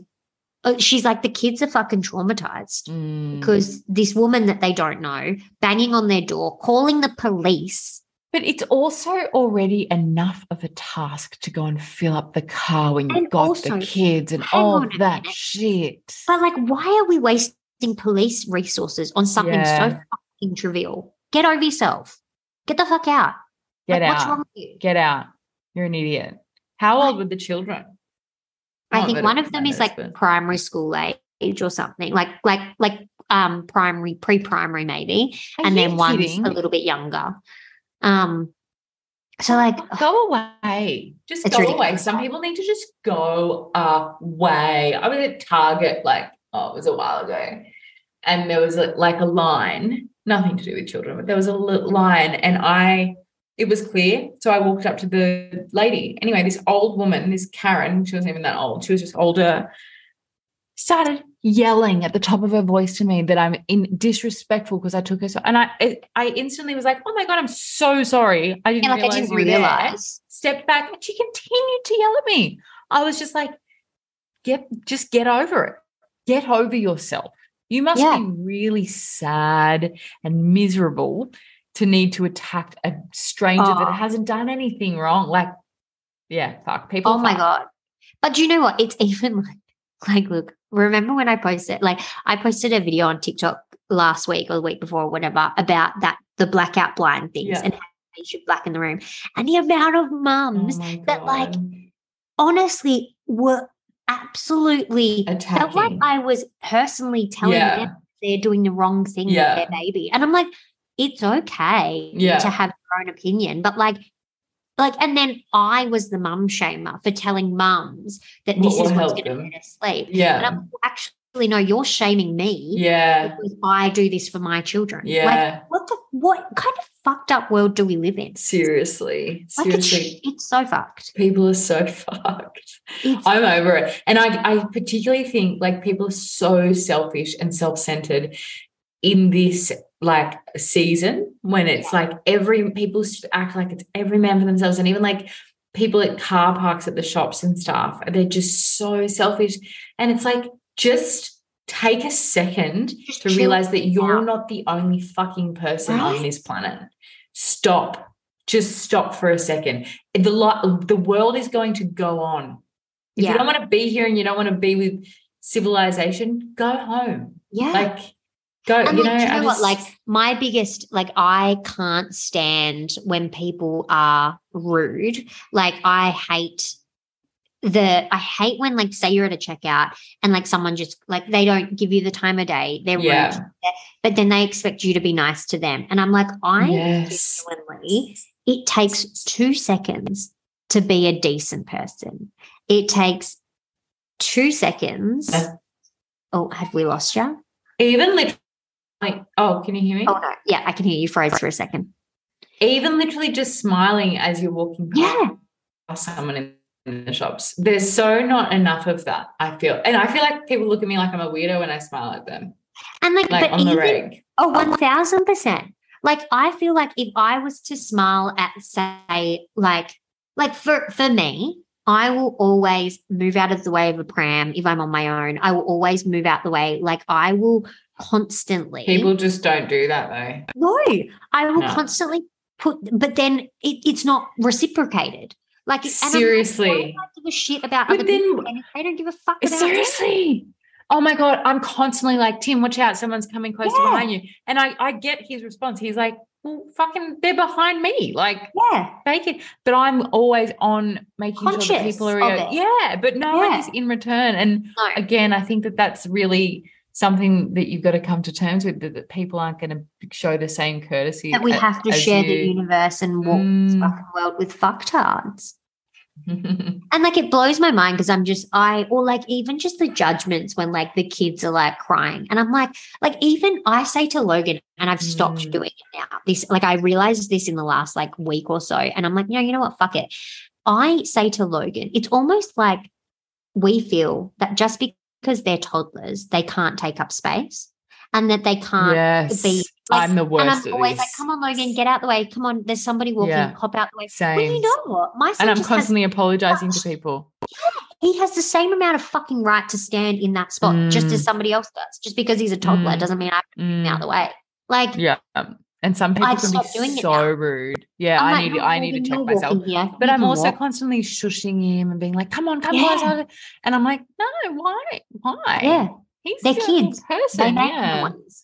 Speaker 1: uh, she's like the kids are fucking traumatized.
Speaker 2: Mm.
Speaker 1: because this woman that they don't know banging on their door, calling the police.
Speaker 2: But it's also already enough of a task to go and fill up the car when you've
Speaker 1: And
Speaker 2: got
Speaker 1: also,
Speaker 2: the kids and
Speaker 1: hang
Speaker 2: all
Speaker 1: on a
Speaker 2: that
Speaker 1: minute.
Speaker 2: shit.
Speaker 1: But like, why are we wasting police resources on something
Speaker 2: Yeah.
Speaker 1: so fucking trivial? Get over yourself. Get the fuck out.
Speaker 2: Get
Speaker 1: Like,
Speaker 2: out.
Speaker 1: What's wrong with you?
Speaker 2: Get out. You're an idiot. How
Speaker 1: Like-
Speaker 2: old were the children?
Speaker 1: I
Speaker 2: Not
Speaker 1: think
Speaker 2: Oh, that it
Speaker 1: one of them is
Speaker 2: matters,
Speaker 1: like
Speaker 2: but-
Speaker 1: primary school age or something, like like like um primary pre-primary maybe,
Speaker 2: Are
Speaker 1: and
Speaker 2: you
Speaker 1: then one's
Speaker 2: kidding?
Speaker 1: a little bit younger. Um, so like
Speaker 2: go away. Just
Speaker 1: It's
Speaker 2: go away.
Speaker 1: ridiculous.
Speaker 2: Some people need to just go away. I was at Target like, oh, it was a while ago. And there was a, like a line, nothing to do with children, but there was a li- line and I, it was clear. So I walked up to the lady. Anyway, this old woman, this Karen, she wasn't even that old. She was just older. Started yelling at the top of her voice to me that I'm in disrespectful because I took her so, and I, I I instantly was like, oh my god, I'm so sorry. I didn't
Speaker 1: yeah, like I
Speaker 2: realize
Speaker 1: didn't
Speaker 2: you were there."
Speaker 1: realize.
Speaker 2: stepped back and she continued to yell at me. I was just like, get just get over it. Get over yourself. You must
Speaker 1: Yeah.
Speaker 2: be really sad and miserable to need to attack a stranger
Speaker 1: Oh.
Speaker 2: that hasn't done anything wrong. Like, yeah, fuck people.
Speaker 1: Oh my
Speaker 2: fuck.
Speaker 1: god! But do you know what? It's even like like look. Remember when I posted like I posted a video on TikTok last week or the week before, or whatever, about that the blackout blind things
Speaker 2: Yeah.
Speaker 1: and how you should blacken the room, and the amount of mums
Speaker 2: Oh my
Speaker 1: that, like,
Speaker 2: God.
Speaker 1: honestly were absolutely felt like
Speaker 2: attacking.
Speaker 1: I was personally telling
Speaker 2: Yeah.
Speaker 1: them they're doing the wrong thing
Speaker 2: Yeah.
Speaker 1: with their baby. And I'm like, it's okay
Speaker 2: Yeah.
Speaker 1: to have your own opinion. But like, like, and then I was the mum shamer for telling mums that
Speaker 2: What
Speaker 1: this
Speaker 2: will
Speaker 1: is what's
Speaker 2: help
Speaker 1: going to
Speaker 2: them.
Speaker 1: get us sleep. And
Speaker 2: yeah,
Speaker 1: I'm like, actually, no, you're shaming me
Speaker 2: yeah,
Speaker 1: because I do this for my children. Like,
Speaker 2: yeah.
Speaker 1: what the what kind of fucked up world do we live in?
Speaker 2: seriously,
Speaker 1: Like it's,
Speaker 2: seriously,
Speaker 1: it's so fucked.
Speaker 2: people are so fucked.
Speaker 1: It's
Speaker 2: I'm over it. And I, I particularly think like people are so selfish and self centered in this like season when it's like every people s- act like it's every man for themselves and even like people at car parks at the shops and stuff they're just so selfish and it's like just take a second
Speaker 1: Just
Speaker 2: to
Speaker 1: chill
Speaker 2: realize that you're
Speaker 1: out.
Speaker 2: not the only fucking person
Speaker 1: Right?
Speaker 2: on this planet stop just stop for a second the lo- the world is going to go on if
Speaker 1: Yeah.
Speaker 2: you don't want to be here and you don't want to be with civilization go home
Speaker 1: yeah.
Speaker 2: like go
Speaker 1: And
Speaker 2: you know,
Speaker 1: like, do you
Speaker 2: I
Speaker 1: know what?
Speaker 2: just-
Speaker 1: Like my biggest, like I can't stand when people are rude. Like I hate the, I hate when like say you're at a checkout and like someone just like they don't give you the time of day. They're
Speaker 2: Yeah.
Speaker 1: rude, but then they expect you to be nice to them, and I'm like, I
Speaker 2: yes
Speaker 1: genuinely, it takes two seconds to be a decent person. It takes two seconds.
Speaker 2: Yeah.
Speaker 1: Oh, have we lost you?
Speaker 2: even literally like oh can you hear me
Speaker 1: Oh no, yeah, I can hear you froze for a second.
Speaker 2: even literally just smiling as you're walking past
Speaker 1: Yeah,
Speaker 2: someone in in the shops there's so not enough of that i feel and i feel like people look at me like i'm a weirdo when i smile at them
Speaker 1: and like,
Speaker 2: like
Speaker 1: but
Speaker 2: on the
Speaker 1: even
Speaker 2: reg
Speaker 1: oh, one thousand percent. Like, I feel like if I was to smile at, say, like, like for for me, I will always move out of the way of a pram if I'm on my own. I will always move out the way. Like, I will constantly
Speaker 2: people just don't do that though
Speaker 1: No, I will
Speaker 2: No.
Speaker 1: constantly put, but then it, it's not reciprocated. Like, and I'm like, why
Speaker 2: Seriously.
Speaker 1: do I give a shit about
Speaker 2: But
Speaker 1: other
Speaker 2: then-
Speaker 1: people. And if they don't give a fuck about me.
Speaker 2: Seriously. Oh my God. I'm constantly like, Tim, watch out. Someone's coming close to
Speaker 1: Yeah.
Speaker 2: behind you. And I, I get his response. He's like, well, fucking, they're behind me. Like,
Speaker 1: Yeah.
Speaker 2: fake it. But I'm always on making sure that
Speaker 1: Conscious
Speaker 2: people are.
Speaker 1: of it.
Speaker 2: Yeah. But no one
Speaker 1: Yeah.
Speaker 2: is in return. And
Speaker 1: No.
Speaker 2: again, I think that that's really something that you've got to come to terms with that, that people aren't going to show the same courtesy.
Speaker 1: that we
Speaker 2: a-
Speaker 1: have to
Speaker 2: as
Speaker 1: share the
Speaker 2: you.
Speaker 1: universe and walk this
Speaker 2: Mm.
Speaker 1: fucking world with fucktards. And like it blows my mind because I'm just I or like even just the judgments when like the kids are like crying. And I'm like, like even I say to Logan, and I've stopped
Speaker 2: Mm.
Speaker 1: doing it now. This like I realized this in the last like week or so. And I'm like, no, you know what? Fuck it. I say to Logan, it's almost like we feel that just because they're toddlers, they can't take up space and that they can't
Speaker 2: yes.
Speaker 1: be-
Speaker 2: I'm the worst.
Speaker 1: and I'm
Speaker 2: at
Speaker 1: always
Speaker 2: this.
Speaker 1: like, come on, Logan, get out the way. Come on, there's somebody walking,
Speaker 2: Yeah.
Speaker 1: hop out the way.
Speaker 2: Same.
Speaker 1: Well, you know what? My son
Speaker 2: and I'm
Speaker 1: just
Speaker 2: constantly apologizing to people.
Speaker 1: has, he has the same amount of fucking right to stand in that spot just as somebody else does. Just because he's a toddler
Speaker 2: Mm.
Speaker 1: doesn't mean I have to
Speaker 2: Mm.
Speaker 1: get out of the way. Like,
Speaker 2: Yeah. um, And some people
Speaker 1: I've
Speaker 2: can
Speaker 1: stopped doing
Speaker 2: be
Speaker 1: it
Speaker 2: so
Speaker 1: now.
Speaker 2: rude. Yeah,
Speaker 1: I'm
Speaker 2: i
Speaker 1: like,
Speaker 2: need to
Speaker 1: "No,
Speaker 2: I need to
Speaker 1: Logan,
Speaker 2: check
Speaker 1: you're
Speaker 2: myself.
Speaker 1: walking here.
Speaker 2: But
Speaker 1: You
Speaker 2: I'm
Speaker 1: can
Speaker 2: also
Speaker 1: walk."
Speaker 2: constantly shushing him and being like, come on, come
Speaker 1: Yeah.
Speaker 2: on. And I'm like, no, why? Why?
Speaker 1: yeah,
Speaker 2: He's
Speaker 1: They're
Speaker 2: still a
Speaker 1: kids.
Speaker 2: person.
Speaker 1: they make
Speaker 2: yeah.
Speaker 1: noise.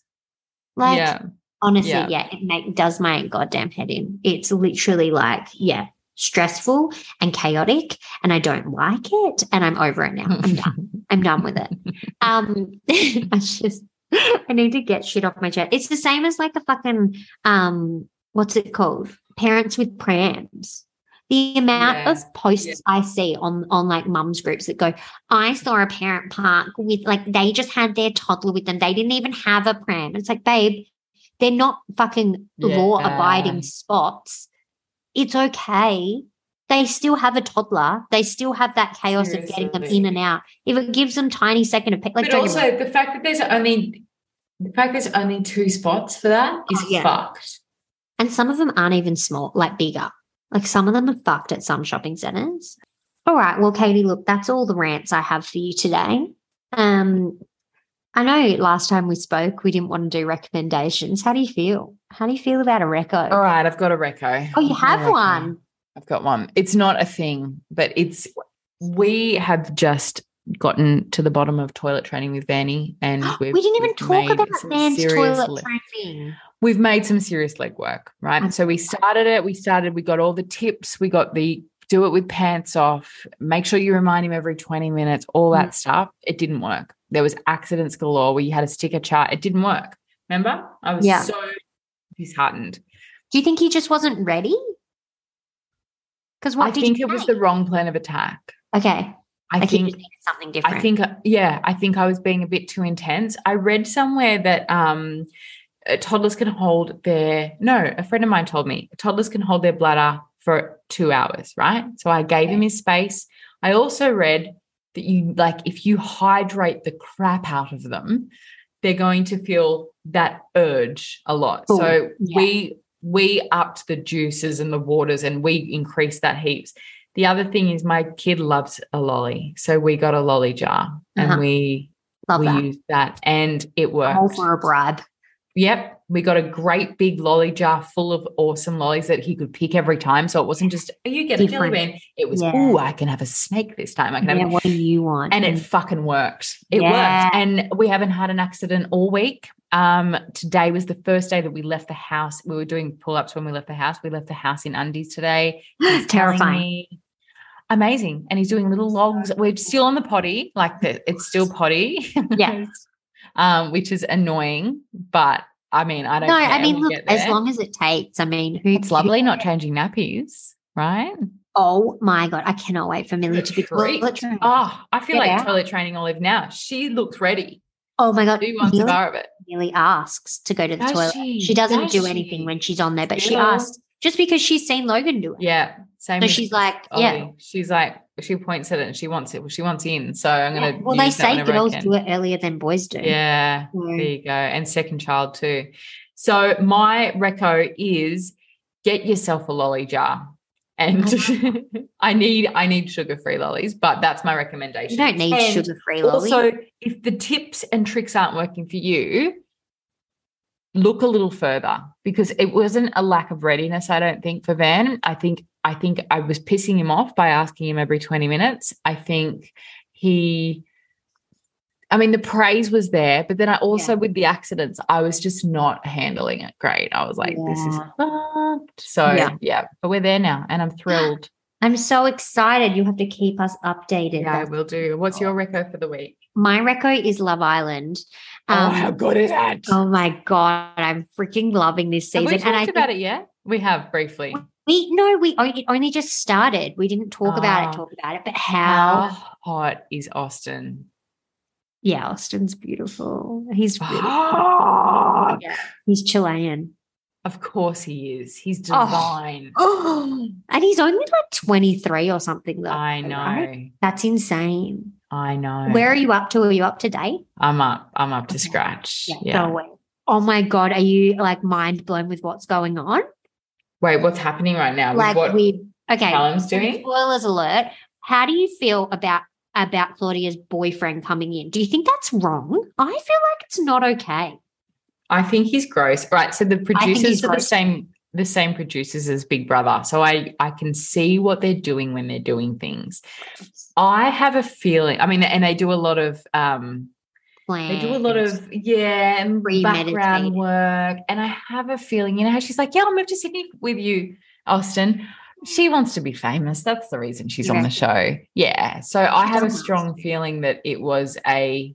Speaker 1: Like,
Speaker 2: yeah.
Speaker 1: Honestly,
Speaker 4: Yeah.
Speaker 1: yeah, it make, does my goddamn head in. It's literally like, yeah, stressful and chaotic, and I don't like it, and I'm over it now. I'm done. I'm done with it. Um, I just I need to get shit off my chest. It's the same as like the fucking um, what's it called? Parents with prams. The amount
Speaker 4: Yeah.
Speaker 1: of posts
Speaker 4: Yeah.
Speaker 1: I see on on like mums groups that go, I saw a parent park with like they just had their toddler with them. They didn't even have a pram. It's like, babe, they're not fucking law
Speaker 4: Yeah.
Speaker 1: abiding spots. It's okay. They still have a toddler. They still have that chaos of getting them in and out. If it gives them tiny second of pe- like
Speaker 4: but
Speaker 1: don't get me wrong.
Speaker 4: also the fact that there's only the fact there's only two spots for that is
Speaker 1: Oh, yeah.
Speaker 4: fucked.
Speaker 1: and some of them aren't even small, like bigger. Like some of them are fucked at some shopping centers. All right, well, Katie, look, that's all the rants I have for you today. Um, I know last time we spoke, we didn't want to do recommendations. How do you feel? How do you feel about a reco?
Speaker 2: All right, I've got a reco.
Speaker 1: Oh, you
Speaker 2: I've got a
Speaker 1: have
Speaker 2: reco.
Speaker 1: one.
Speaker 2: I've got one. It's not a thing, but it's we have just gotten to the bottom of toilet training with Vanny, and
Speaker 1: we
Speaker 2: we've,
Speaker 1: didn't even
Speaker 2: we've
Speaker 1: talk
Speaker 2: made
Speaker 1: about
Speaker 2: some
Speaker 1: man's
Speaker 2: serious
Speaker 1: toilet
Speaker 2: le-
Speaker 1: training.
Speaker 2: We've made some serious legwork,
Speaker 1: Mm.
Speaker 2: right? So we started it. We started. We got all the tips. We got the do it with pants off. Make sure you remind him every twenty minutes. All that
Speaker 1: Mm.
Speaker 2: stuff. It didn't work. There was accidents galore. We had a sticker chart. It didn't work. Remember? I was
Speaker 1: Yeah.
Speaker 2: so disheartened.
Speaker 1: Do you think he just wasn't ready? Because what
Speaker 2: I
Speaker 1: did
Speaker 2: think
Speaker 1: you
Speaker 2: it was
Speaker 1: say?
Speaker 2: the wrong plan of attack.
Speaker 1: okay?
Speaker 2: I
Speaker 1: like he
Speaker 2: think
Speaker 1: just needed something different.
Speaker 2: I think uh, yeah, I think I was being a bit too intense. I read somewhere that um uh, toddlers can hold their no, a friend of mine told me toddlers can hold their bladder for 2 hours, right? So I gave him his space. I also read that you like if you hydrate the crap out of them, they're going to feel that urge a lot.
Speaker 1: Cool.
Speaker 2: So
Speaker 1: Yeah.
Speaker 2: we we upped the juices and the waters and we increased that heaps. The other thing is my kid loves a lolly. So we got a lolly jar
Speaker 1: Uh-huh.
Speaker 2: and we
Speaker 1: love
Speaker 2: we
Speaker 1: that.
Speaker 2: used that and it
Speaker 1: All
Speaker 2: worked.
Speaker 1: for a bribe.
Speaker 2: Yep. We got a great big lolly jar full of awesome lollies that he could pick every time. So it wasn't just, oh, you get a jelly
Speaker 1: Different.
Speaker 2: bean. It was,
Speaker 1: Yeah.
Speaker 2: oh, I can have a snake this time. I can have
Speaker 1: Yeah, what do you want?
Speaker 2: and it fucking worked. It
Speaker 1: Mm. Yeah.
Speaker 2: worked. And we haven't had an accident all week. Um, today was the first day that we left the house. We were doing pull-ups when we left the house. We left the house in undies today. He's telling
Speaker 1: terrifying.
Speaker 2: me- amazing. And he's doing little logs. We're still on the potty, like the, it's still potty.
Speaker 1: Yeah.
Speaker 2: um, which is annoying, but I mean, I don't
Speaker 1: No,
Speaker 2: care.
Speaker 1: I mean,
Speaker 2: We'll
Speaker 1: look,
Speaker 2: get
Speaker 1: as
Speaker 2: there.
Speaker 1: long as it takes, I mean, who,
Speaker 2: it's lovely not changing nappies, right?
Speaker 1: Oh my God, I cannot wait for Millie
Speaker 2: The
Speaker 1: to be
Speaker 2: treat.
Speaker 1: toilet trained.
Speaker 2: Oh, I feel
Speaker 1: Get
Speaker 2: like
Speaker 1: out.
Speaker 2: toilet training Olive now. She looks ready.
Speaker 1: Oh my God,
Speaker 2: She wants a
Speaker 1: Millie,
Speaker 2: bar of it.
Speaker 1: Millie asks to go to the
Speaker 2: Does
Speaker 1: toilet.
Speaker 2: she?
Speaker 1: She, doesn't
Speaker 2: Does
Speaker 1: do
Speaker 2: she?
Speaker 1: anything when she's on there, but she
Speaker 2: Still.
Speaker 1: asks just because she's seen Logan do it.
Speaker 2: Yeah. oh, Same.
Speaker 1: So
Speaker 2: with
Speaker 1: she's like,
Speaker 2: Ollie.
Speaker 1: yeah.
Speaker 2: She's like, she points at it and she wants it. Well, she wants in. So I'm
Speaker 1: yeah.
Speaker 2: gonna.
Speaker 1: Well, they
Speaker 2: use that
Speaker 1: say
Speaker 2: whenever I
Speaker 1: girls
Speaker 2: can.
Speaker 1: do it earlier than boys do.
Speaker 2: Yeah.
Speaker 1: So,
Speaker 2: There you go. And second child too. So my reco is get yourself a lolly jar. And I need I need sugar free lollies, but that's my
Speaker 1: you
Speaker 2: recommendation.
Speaker 1: don't need
Speaker 2: And
Speaker 1: sugar free lolly.
Speaker 2: Also, if the tips and tricks aren't working for you, look a little further because it wasn't a lack of readiness, I don't think, for Van. I think I think I was pissing him off by asking him every 20 minutes. I think he I mean the praise was there, but then I also with the accidents, I was just not handling it great. I was like, this is
Speaker 1: Yeah.
Speaker 2: fucked. So
Speaker 1: Yeah.
Speaker 2: yeah, but we're there now and I'm thrilled.
Speaker 1: I'm so excited. You have to keep us updated.
Speaker 2: yeah, I
Speaker 1: That's-
Speaker 2: will do. What's
Speaker 1: Oh.
Speaker 2: your reco for the week?
Speaker 1: My reco is Love Island.
Speaker 2: oh, how
Speaker 1: Um,
Speaker 2: good is that?
Speaker 1: oh my God, I'm freaking loving this
Speaker 2: Have
Speaker 1: season.
Speaker 2: we talked
Speaker 1: I think-
Speaker 2: about it yet? We have briefly.
Speaker 1: We no, we only, it only just started. We didn't talk about
Speaker 2: Ah.
Speaker 1: it, talk about it, but how?
Speaker 2: hot is Austin?
Speaker 1: Yeah, Austin's beautiful. He's really,
Speaker 2: Fuck.
Speaker 1: yeah, he's Chilean.
Speaker 2: Of course he is. He's divine.
Speaker 1: Oh, and he's only like twenty three or something though.
Speaker 2: I know.
Speaker 1: right? That's insane.
Speaker 2: I know.
Speaker 1: Where are you up to? Are you up to date?
Speaker 2: I'm up. I'm up to
Speaker 1: Okay.
Speaker 2: scratch. Yeah.
Speaker 1: Go away. Oh my god, are you like mind blown with what's going on?
Speaker 2: Wait, what's happening right now?
Speaker 1: like
Speaker 2: with what
Speaker 1: we okay.
Speaker 2: Callum's doing?
Speaker 1: Spoilers alert. How do you feel about about Claudia's boyfriend coming in? Do you think that's wrong? I feel like it's not okay.
Speaker 2: I think he's gross. Right. So the
Speaker 1: he's
Speaker 2: producers are the
Speaker 1: gross.
Speaker 2: same the same producers as Big Brother. So I I can see what they're doing when they're doing things. I have a feeling. I mean, and they do a lot of um
Speaker 1: plan.
Speaker 2: They do a lot of yeah and
Speaker 1: Premeditated.
Speaker 2: background work, and I have a feeling, you know, how she's like, yeah, I'll move to Sydney with you, Austin. She wants to be famous. That's the reason she's
Speaker 1: You
Speaker 2: on the show. Yeah. So I
Speaker 1: She
Speaker 2: have a
Speaker 1: does.
Speaker 2: strong feeling that it was a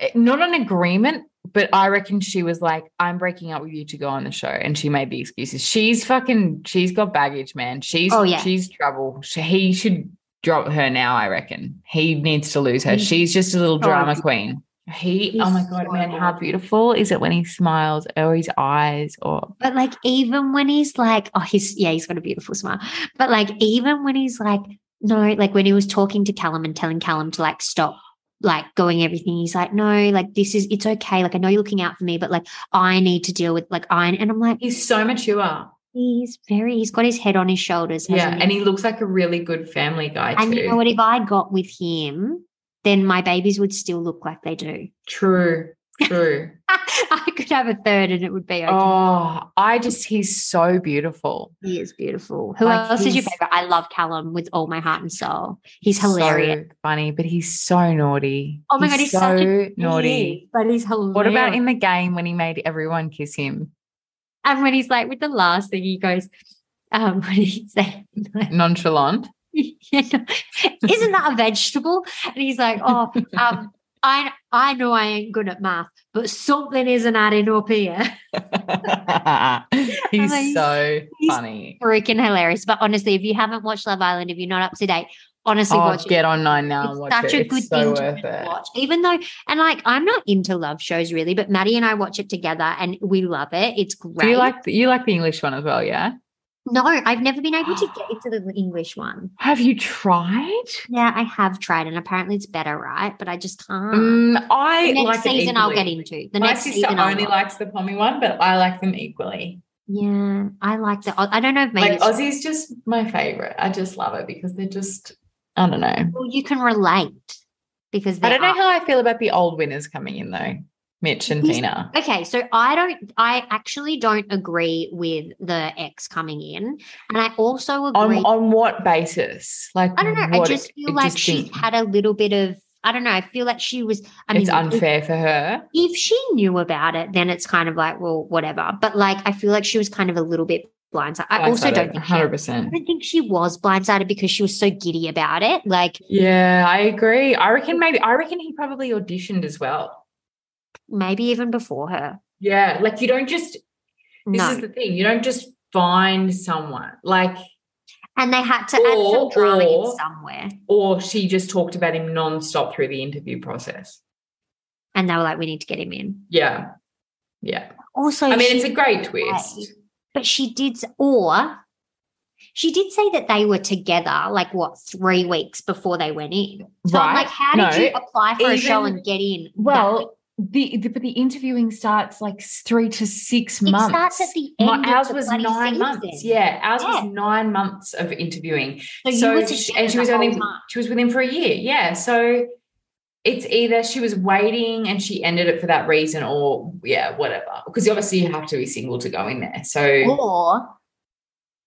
Speaker 2: eh, not an agreement, but I reckon she was like, I'm breaking up with you to go on the show. And she made the excuses. She's fucking, she's got baggage, man. She's,
Speaker 1: Oh, yeah.
Speaker 2: she's trouble. She, he should drop her now, I reckon. He needs to lose her.
Speaker 1: He's
Speaker 2: She's just a little
Speaker 1: so
Speaker 2: drama
Speaker 1: good.
Speaker 2: queen. He,
Speaker 1: He's
Speaker 2: oh my God,
Speaker 1: so
Speaker 2: man,
Speaker 1: good.
Speaker 2: how beautiful is it when he smiles or his eyes or
Speaker 1: But like even when he's like, oh, he's yeah, he's got a beautiful smile. But like even when he's like, no, like when he was talking to Callum and telling Callum to like stop like going everything, he's like, no, like this is it's okay. Like I know you're looking out for me, but like I need to deal with like I and I'm like,
Speaker 2: he's so mature.
Speaker 1: he's very he's got his head on his shoulders. hasn't
Speaker 2: Yeah. And he looks like a really good family guy
Speaker 1: And
Speaker 2: too.
Speaker 1: you know what? If I got with him, then my babies would still look like they do.
Speaker 2: True. True.
Speaker 1: I could have a third and it would be okay.
Speaker 2: oh, I just, he's so beautiful.
Speaker 1: He is beautiful. Who
Speaker 2: Like,
Speaker 1: else is your
Speaker 2: he's-
Speaker 1: favorite? I love Callum with all my heart and soul. He's hilarious.
Speaker 2: so funny, but he's so naughty.
Speaker 1: Oh my God, he's
Speaker 2: so
Speaker 1: such a-
Speaker 2: naughty.
Speaker 1: but he's hilarious.
Speaker 2: What about in the game when he made everyone kiss him?
Speaker 1: And when he's like with the last thing, he goes, um, "What did he say?"
Speaker 2: Nonchalant.
Speaker 1: You know, Isn't that a vegetable? And he's like, "Oh, um, I I know I ain't good at math, but something isn't adding up here."
Speaker 2: he's
Speaker 1: Like,
Speaker 2: so
Speaker 1: he's
Speaker 2: funny.
Speaker 1: Freaking hilarious. But honestly, if you haven't watched Love Island, if you're not up to date, honestly,
Speaker 2: Oh,
Speaker 1: watch it.
Speaker 2: get on nine now and
Speaker 1: It's
Speaker 2: watch
Speaker 1: such
Speaker 2: it.
Speaker 1: a good
Speaker 2: it's
Speaker 1: thing
Speaker 2: so
Speaker 1: to
Speaker 2: worth it.
Speaker 1: watch, even though, and like, I'm not into love shows really, but Maddie and I watch it together and we love it. It's great.
Speaker 2: Do you like the, you like the English one as well? Yeah.
Speaker 1: No, I've never been able to get into the English one.
Speaker 2: Have you tried?
Speaker 1: Yeah, I have tried, and apparently it's better, right? But I just can't.
Speaker 2: Mm, I
Speaker 1: the next
Speaker 2: like it
Speaker 1: season I'll get
Speaker 2: equally.
Speaker 1: into. The
Speaker 2: My
Speaker 1: next
Speaker 2: sister
Speaker 1: season I'll
Speaker 2: only
Speaker 1: watch.
Speaker 2: likes the Pommy one, but I like them equally.
Speaker 1: Yeah, I like the. I don't know if maybe
Speaker 2: Like Aussie's just my favorite. I just love it because they're just I don't know.
Speaker 1: well, you can relate because
Speaker 2: I
Speaker 1: they
Speaker 2: don't know
Speaker 1: are-
Speaker 2: how I feel about the old winners coming in though, Mitch and
Speaker 1: Yes.
Speaker 2: Tina.
Speaker 1: Okay, so I don't. I actually don't agree with the ex coming in, and I also
Speaker 2: On
Speaker 1: agree.
Speaker 2: on what basis? Like
Speaker 1: I don't know. I
Speaker 2: what-
Speaker 1: just feel
Speaker 2: it
Speaker 1: like
Speaker 2: just
Speaker 1: she
Speaker 2: didn't-
Speaker 1: had a little bit of. I don't know. I feel like she was. I mean,
Speaker 2: it's unfair for her.
Speaker 1: if she knew about it, then it's kind of like, well, whatever. But like, I feel like she was kind of a little bit blindsided. I also don't think she,
Speaker 2: hundred
Speaker 1: I
Speaker 2: percent.
Speaker 1: don't think she was blindsided because she was so giddy about it. Like
Speaker 2: Yeah, I agree. I reckon maybe I reckon he probably auditioned as well.
Speaker 1: maybe even before her.
Speaker 2: Yeah, like you don't just this
Speaker 1: No,
Speaker 2: is the thing you don't just find someone like
Speaker 1: and they had to
Speaker 2: Or-
Speaker 1: add some drama
Speaker 2: or-
Speaker 1: in somewhere,
Speaker 2: or she just talked about him nonstop through the interview process.
Speaker 1: and they were like, we need to get him in.
Speaker 2: Yeah, yeah.
Speaker 1: Also,
Speaker 2: I mean, it's
Speaker 1: she-
Speaker 2: a great twist.
Speaker 1: but she did, or she did say that they were together like what three weeks before they went in. So I'm
Speaker 2: Right.
Speaker 1: like, how
Speaker 2: No,
Speaker 1: did you apply for a show
Speaker 2: even-
Speaker 1: and get in? that
Speaker 2: Well, the, the but the interviewing starts like s- three to six months.
Speaker 1: It starts at the end.
Speaker 2: My,
Speaker 1: of
Speaker 2: ours
Speaker 1: the
Speaker 2: was
Speaker 1: bloody
Speaker 2: nine
Speaker 1: season.
Speaker 2: months. Yeah, ours was nine months of interviewing.
Speaker 1: So, you
Speaker 2: So
Speaker 1: were
Speaker 2: she,
Speaker 1: together
Speaker 2: and she
Speaker 1: the
Speaker 2: was only
Speaker 1: whole time.
Speaker 2: she was with him for a year. Yeah, so it's either she was waiting and she ended it for that reason, or yeah, whatever. Because obviously you have to be single to go in there. So
Speaker 1: Or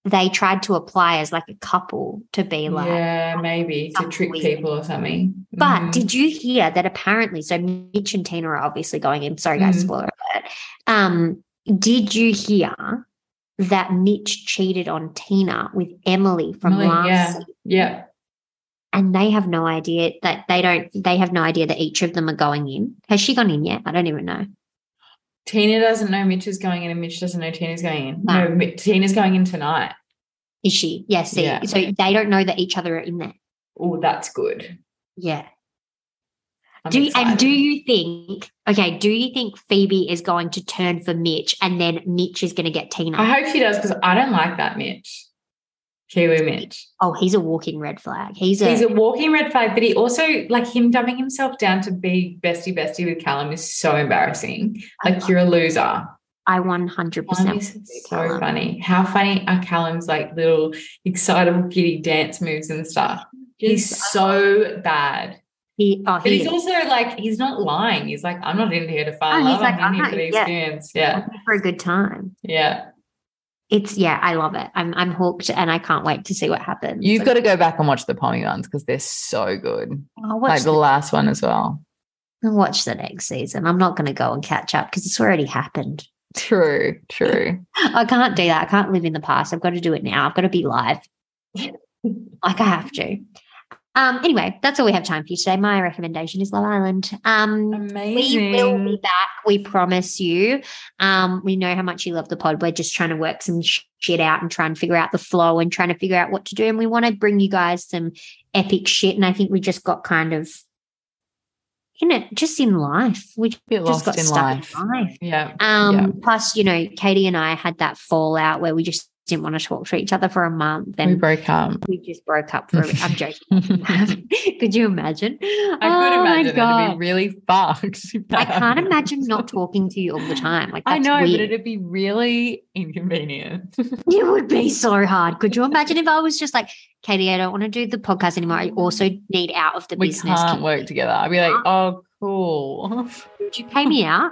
Speaker 1: they tried to apply as like a couple to be like.
Speaker 2: yeah, maybe to
Speaker 1: something
Speaker 2: trick
Speaker 1: weird.
Speaker 2: people or something.
Speaker 1: But
Speaker 2: Mhm.
Speaker 1: did you hear that apparently? So Mitch and Tina are obviously going in. Sorry, guys,
Speaker 2: Mhm.
Speaker 1: spoiler alert. Um, did you hear that Mitch cheated on Tina with Emily from
Speaker 2: Emily,
Speaker 1: last
Speaker 2: yeah.
Speaker 1: season?
Speaker 2: yeah,
Speaker 1: And they have no idea that they don't, they have no idea that each of them are going in. Has she gone in yet? I don't even know.
Speaker 2: Tina doesn't know Mitch is going in, and Mitch doesn't know Tina's going in.
Speaker 1: No.
Speaker 2: No, Mi- Tina's going in tonight.
Speaker 1: Is she? Yeah, see.
Speaker 2: Yeah.
Speaker 1: So they don't know that each other are in there.
Speaker 2: Oh, that's good.
Speaker 1: Yeah.
Speaker 2: I'm
Speaker 1: Do you, and do
Speaker 2: excited.
Speaker 1: you think okay? Do you think Phoebe is going to turn for Mitch, and then Mitch is going to get Tina?
Speaker 2: I hope she does because I don't like that Mitch. Kiwi Mitch.
Speaker 1: oh, he's a walking red flag. He's a,
Speaker 2: He's a walking red flag, but he also like him dumbing himself down to be bestie bestie with Callum is so embarrassing. Like you're a loser.
Speaker 1: I one hundred
Speaker 2: Callum
Speaker 1: percent.
Speaker 2: is so funny. How funny are Callum's like little excitable kitty dance moves and stuff? He's so bad.
Speaker 1: He oh
Speaker 2: But
Speaker 1: he is.
Speaker 2: he's also like, he's not lying. He's like, I'm not in here to
Speaker 1: Oh,
Speaker 2: find
Speaker 1: he's
Speaker 2: love.
Speaker 1: like,
Speaker 2: I'm
Speaker 1: I'm
Speaker 2: in here
Speaker 1: not-
Speaker 2: for the
Speaker 1: yeah.
Speaker 2: experience. Yeah.
Speaker 1: for a good time.
Speaker 2: Yeah.
Speaker 1: It's yeah, I love it. I'm I'm hooked, and I can't wait to see what happens.
Speaker 2: You've got to go back and watch the Pommy ones because they're so good.
Speaker 1: I'll watch
Speaker 2: Like the
Speaker 1: the-
Speaker 2: last one as well.
Speaker 1: and watch the next season. I'm not going to go and catch up because it's already happened.
Speaker 2: True, true.
Speaker 1: I can't do that. I can't live in the past. I've got to do it now. I've got to be live. like I have to. Um, anyway, that's all we have time for you today. My recommendation is Love Island. Um, we
Speaker 2: Amazing.
Speaker 1: will be back. We promise you. Um, we know how much you love the pod. We're just trying to work some sh- shit out and try and figure out the flow and trying to figure out what to do. And we want to bring you guys some epic shit. And I think we just got kind of in it, just in life. We just
Speaker 2: Bit lost
Speaker 1: got
Speaker 2: in
Speaker 1: stuck
Speaker 2: life.
Speaker 1: in life.
Speaker 2: Yeah.
Speaker 1: Um,
Speaker 2: Yeah.
Speaker 1: Plus, you know, Katie and I had that fallout where we just didn't want to talk to each other for a month,
Speaker 2: we
Speaker 1: and
Speaker 2: broke up.
Speaker 1: we just broke up for. A, I'm joking. could you imagine?
Speaker 2: I could imagine it'd be
Speaker 1: Oh God.
Speaker 2: really fucked.
Speaker 1: I can't imagine not talking to you all the time. Like
Speaker 2: I
Speaker 1: that's
Speaker 2: know,
Speaker 1: weird.
Speaker 2: but it'd be really inconvenient.
Speaker 1: It would be so hard. Could you imagine if I was just like, Katie, I don't want to do the podcast anymore. I also need out of the
Speaker 2: we
Speaker 1: business. Ah.
Speaker 2: can't work together. I'd be like, oh, cool.
Speaker 1: Would you pay me out?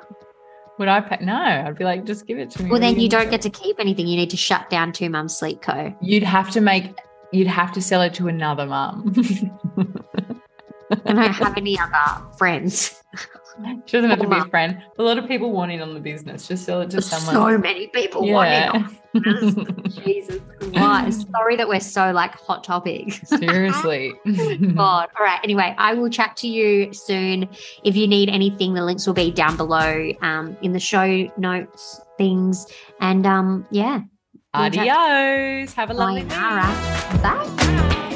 Speaker 2: Would I pay? No, I'd be like, just give it to me.
Speaker 1: Well, then you don't get to keep anything. You need to shut down Two Mums Sleep Co.
Speaker 2: You'd have to make. You'd have to sell it to another mum.
Speaker 1: I don't have any other friends.
Speaker 2: she doesn't have to be a
Speaker 1: Mum.
Speaker 2: friend. A lot of people want in on the business. Just sell it to someone.
Speaker 1: So many people wanting
Speaker 2: yeah.
Speaker 1: Jesus Christ. Sorry that we're so like hot topic.
Speaker 2: Seriously.
Speaker 1: Oh
Speaker 2: Mm-hmm.
Speaker 1: God. All right. Anyway, I will chat to you soon. If you need anything, the links will be down below um, in the show notes things. And um, yeah.
Speaker 2: Adios. Have a lovely night.
Speaker 1: Sayonara. Bye.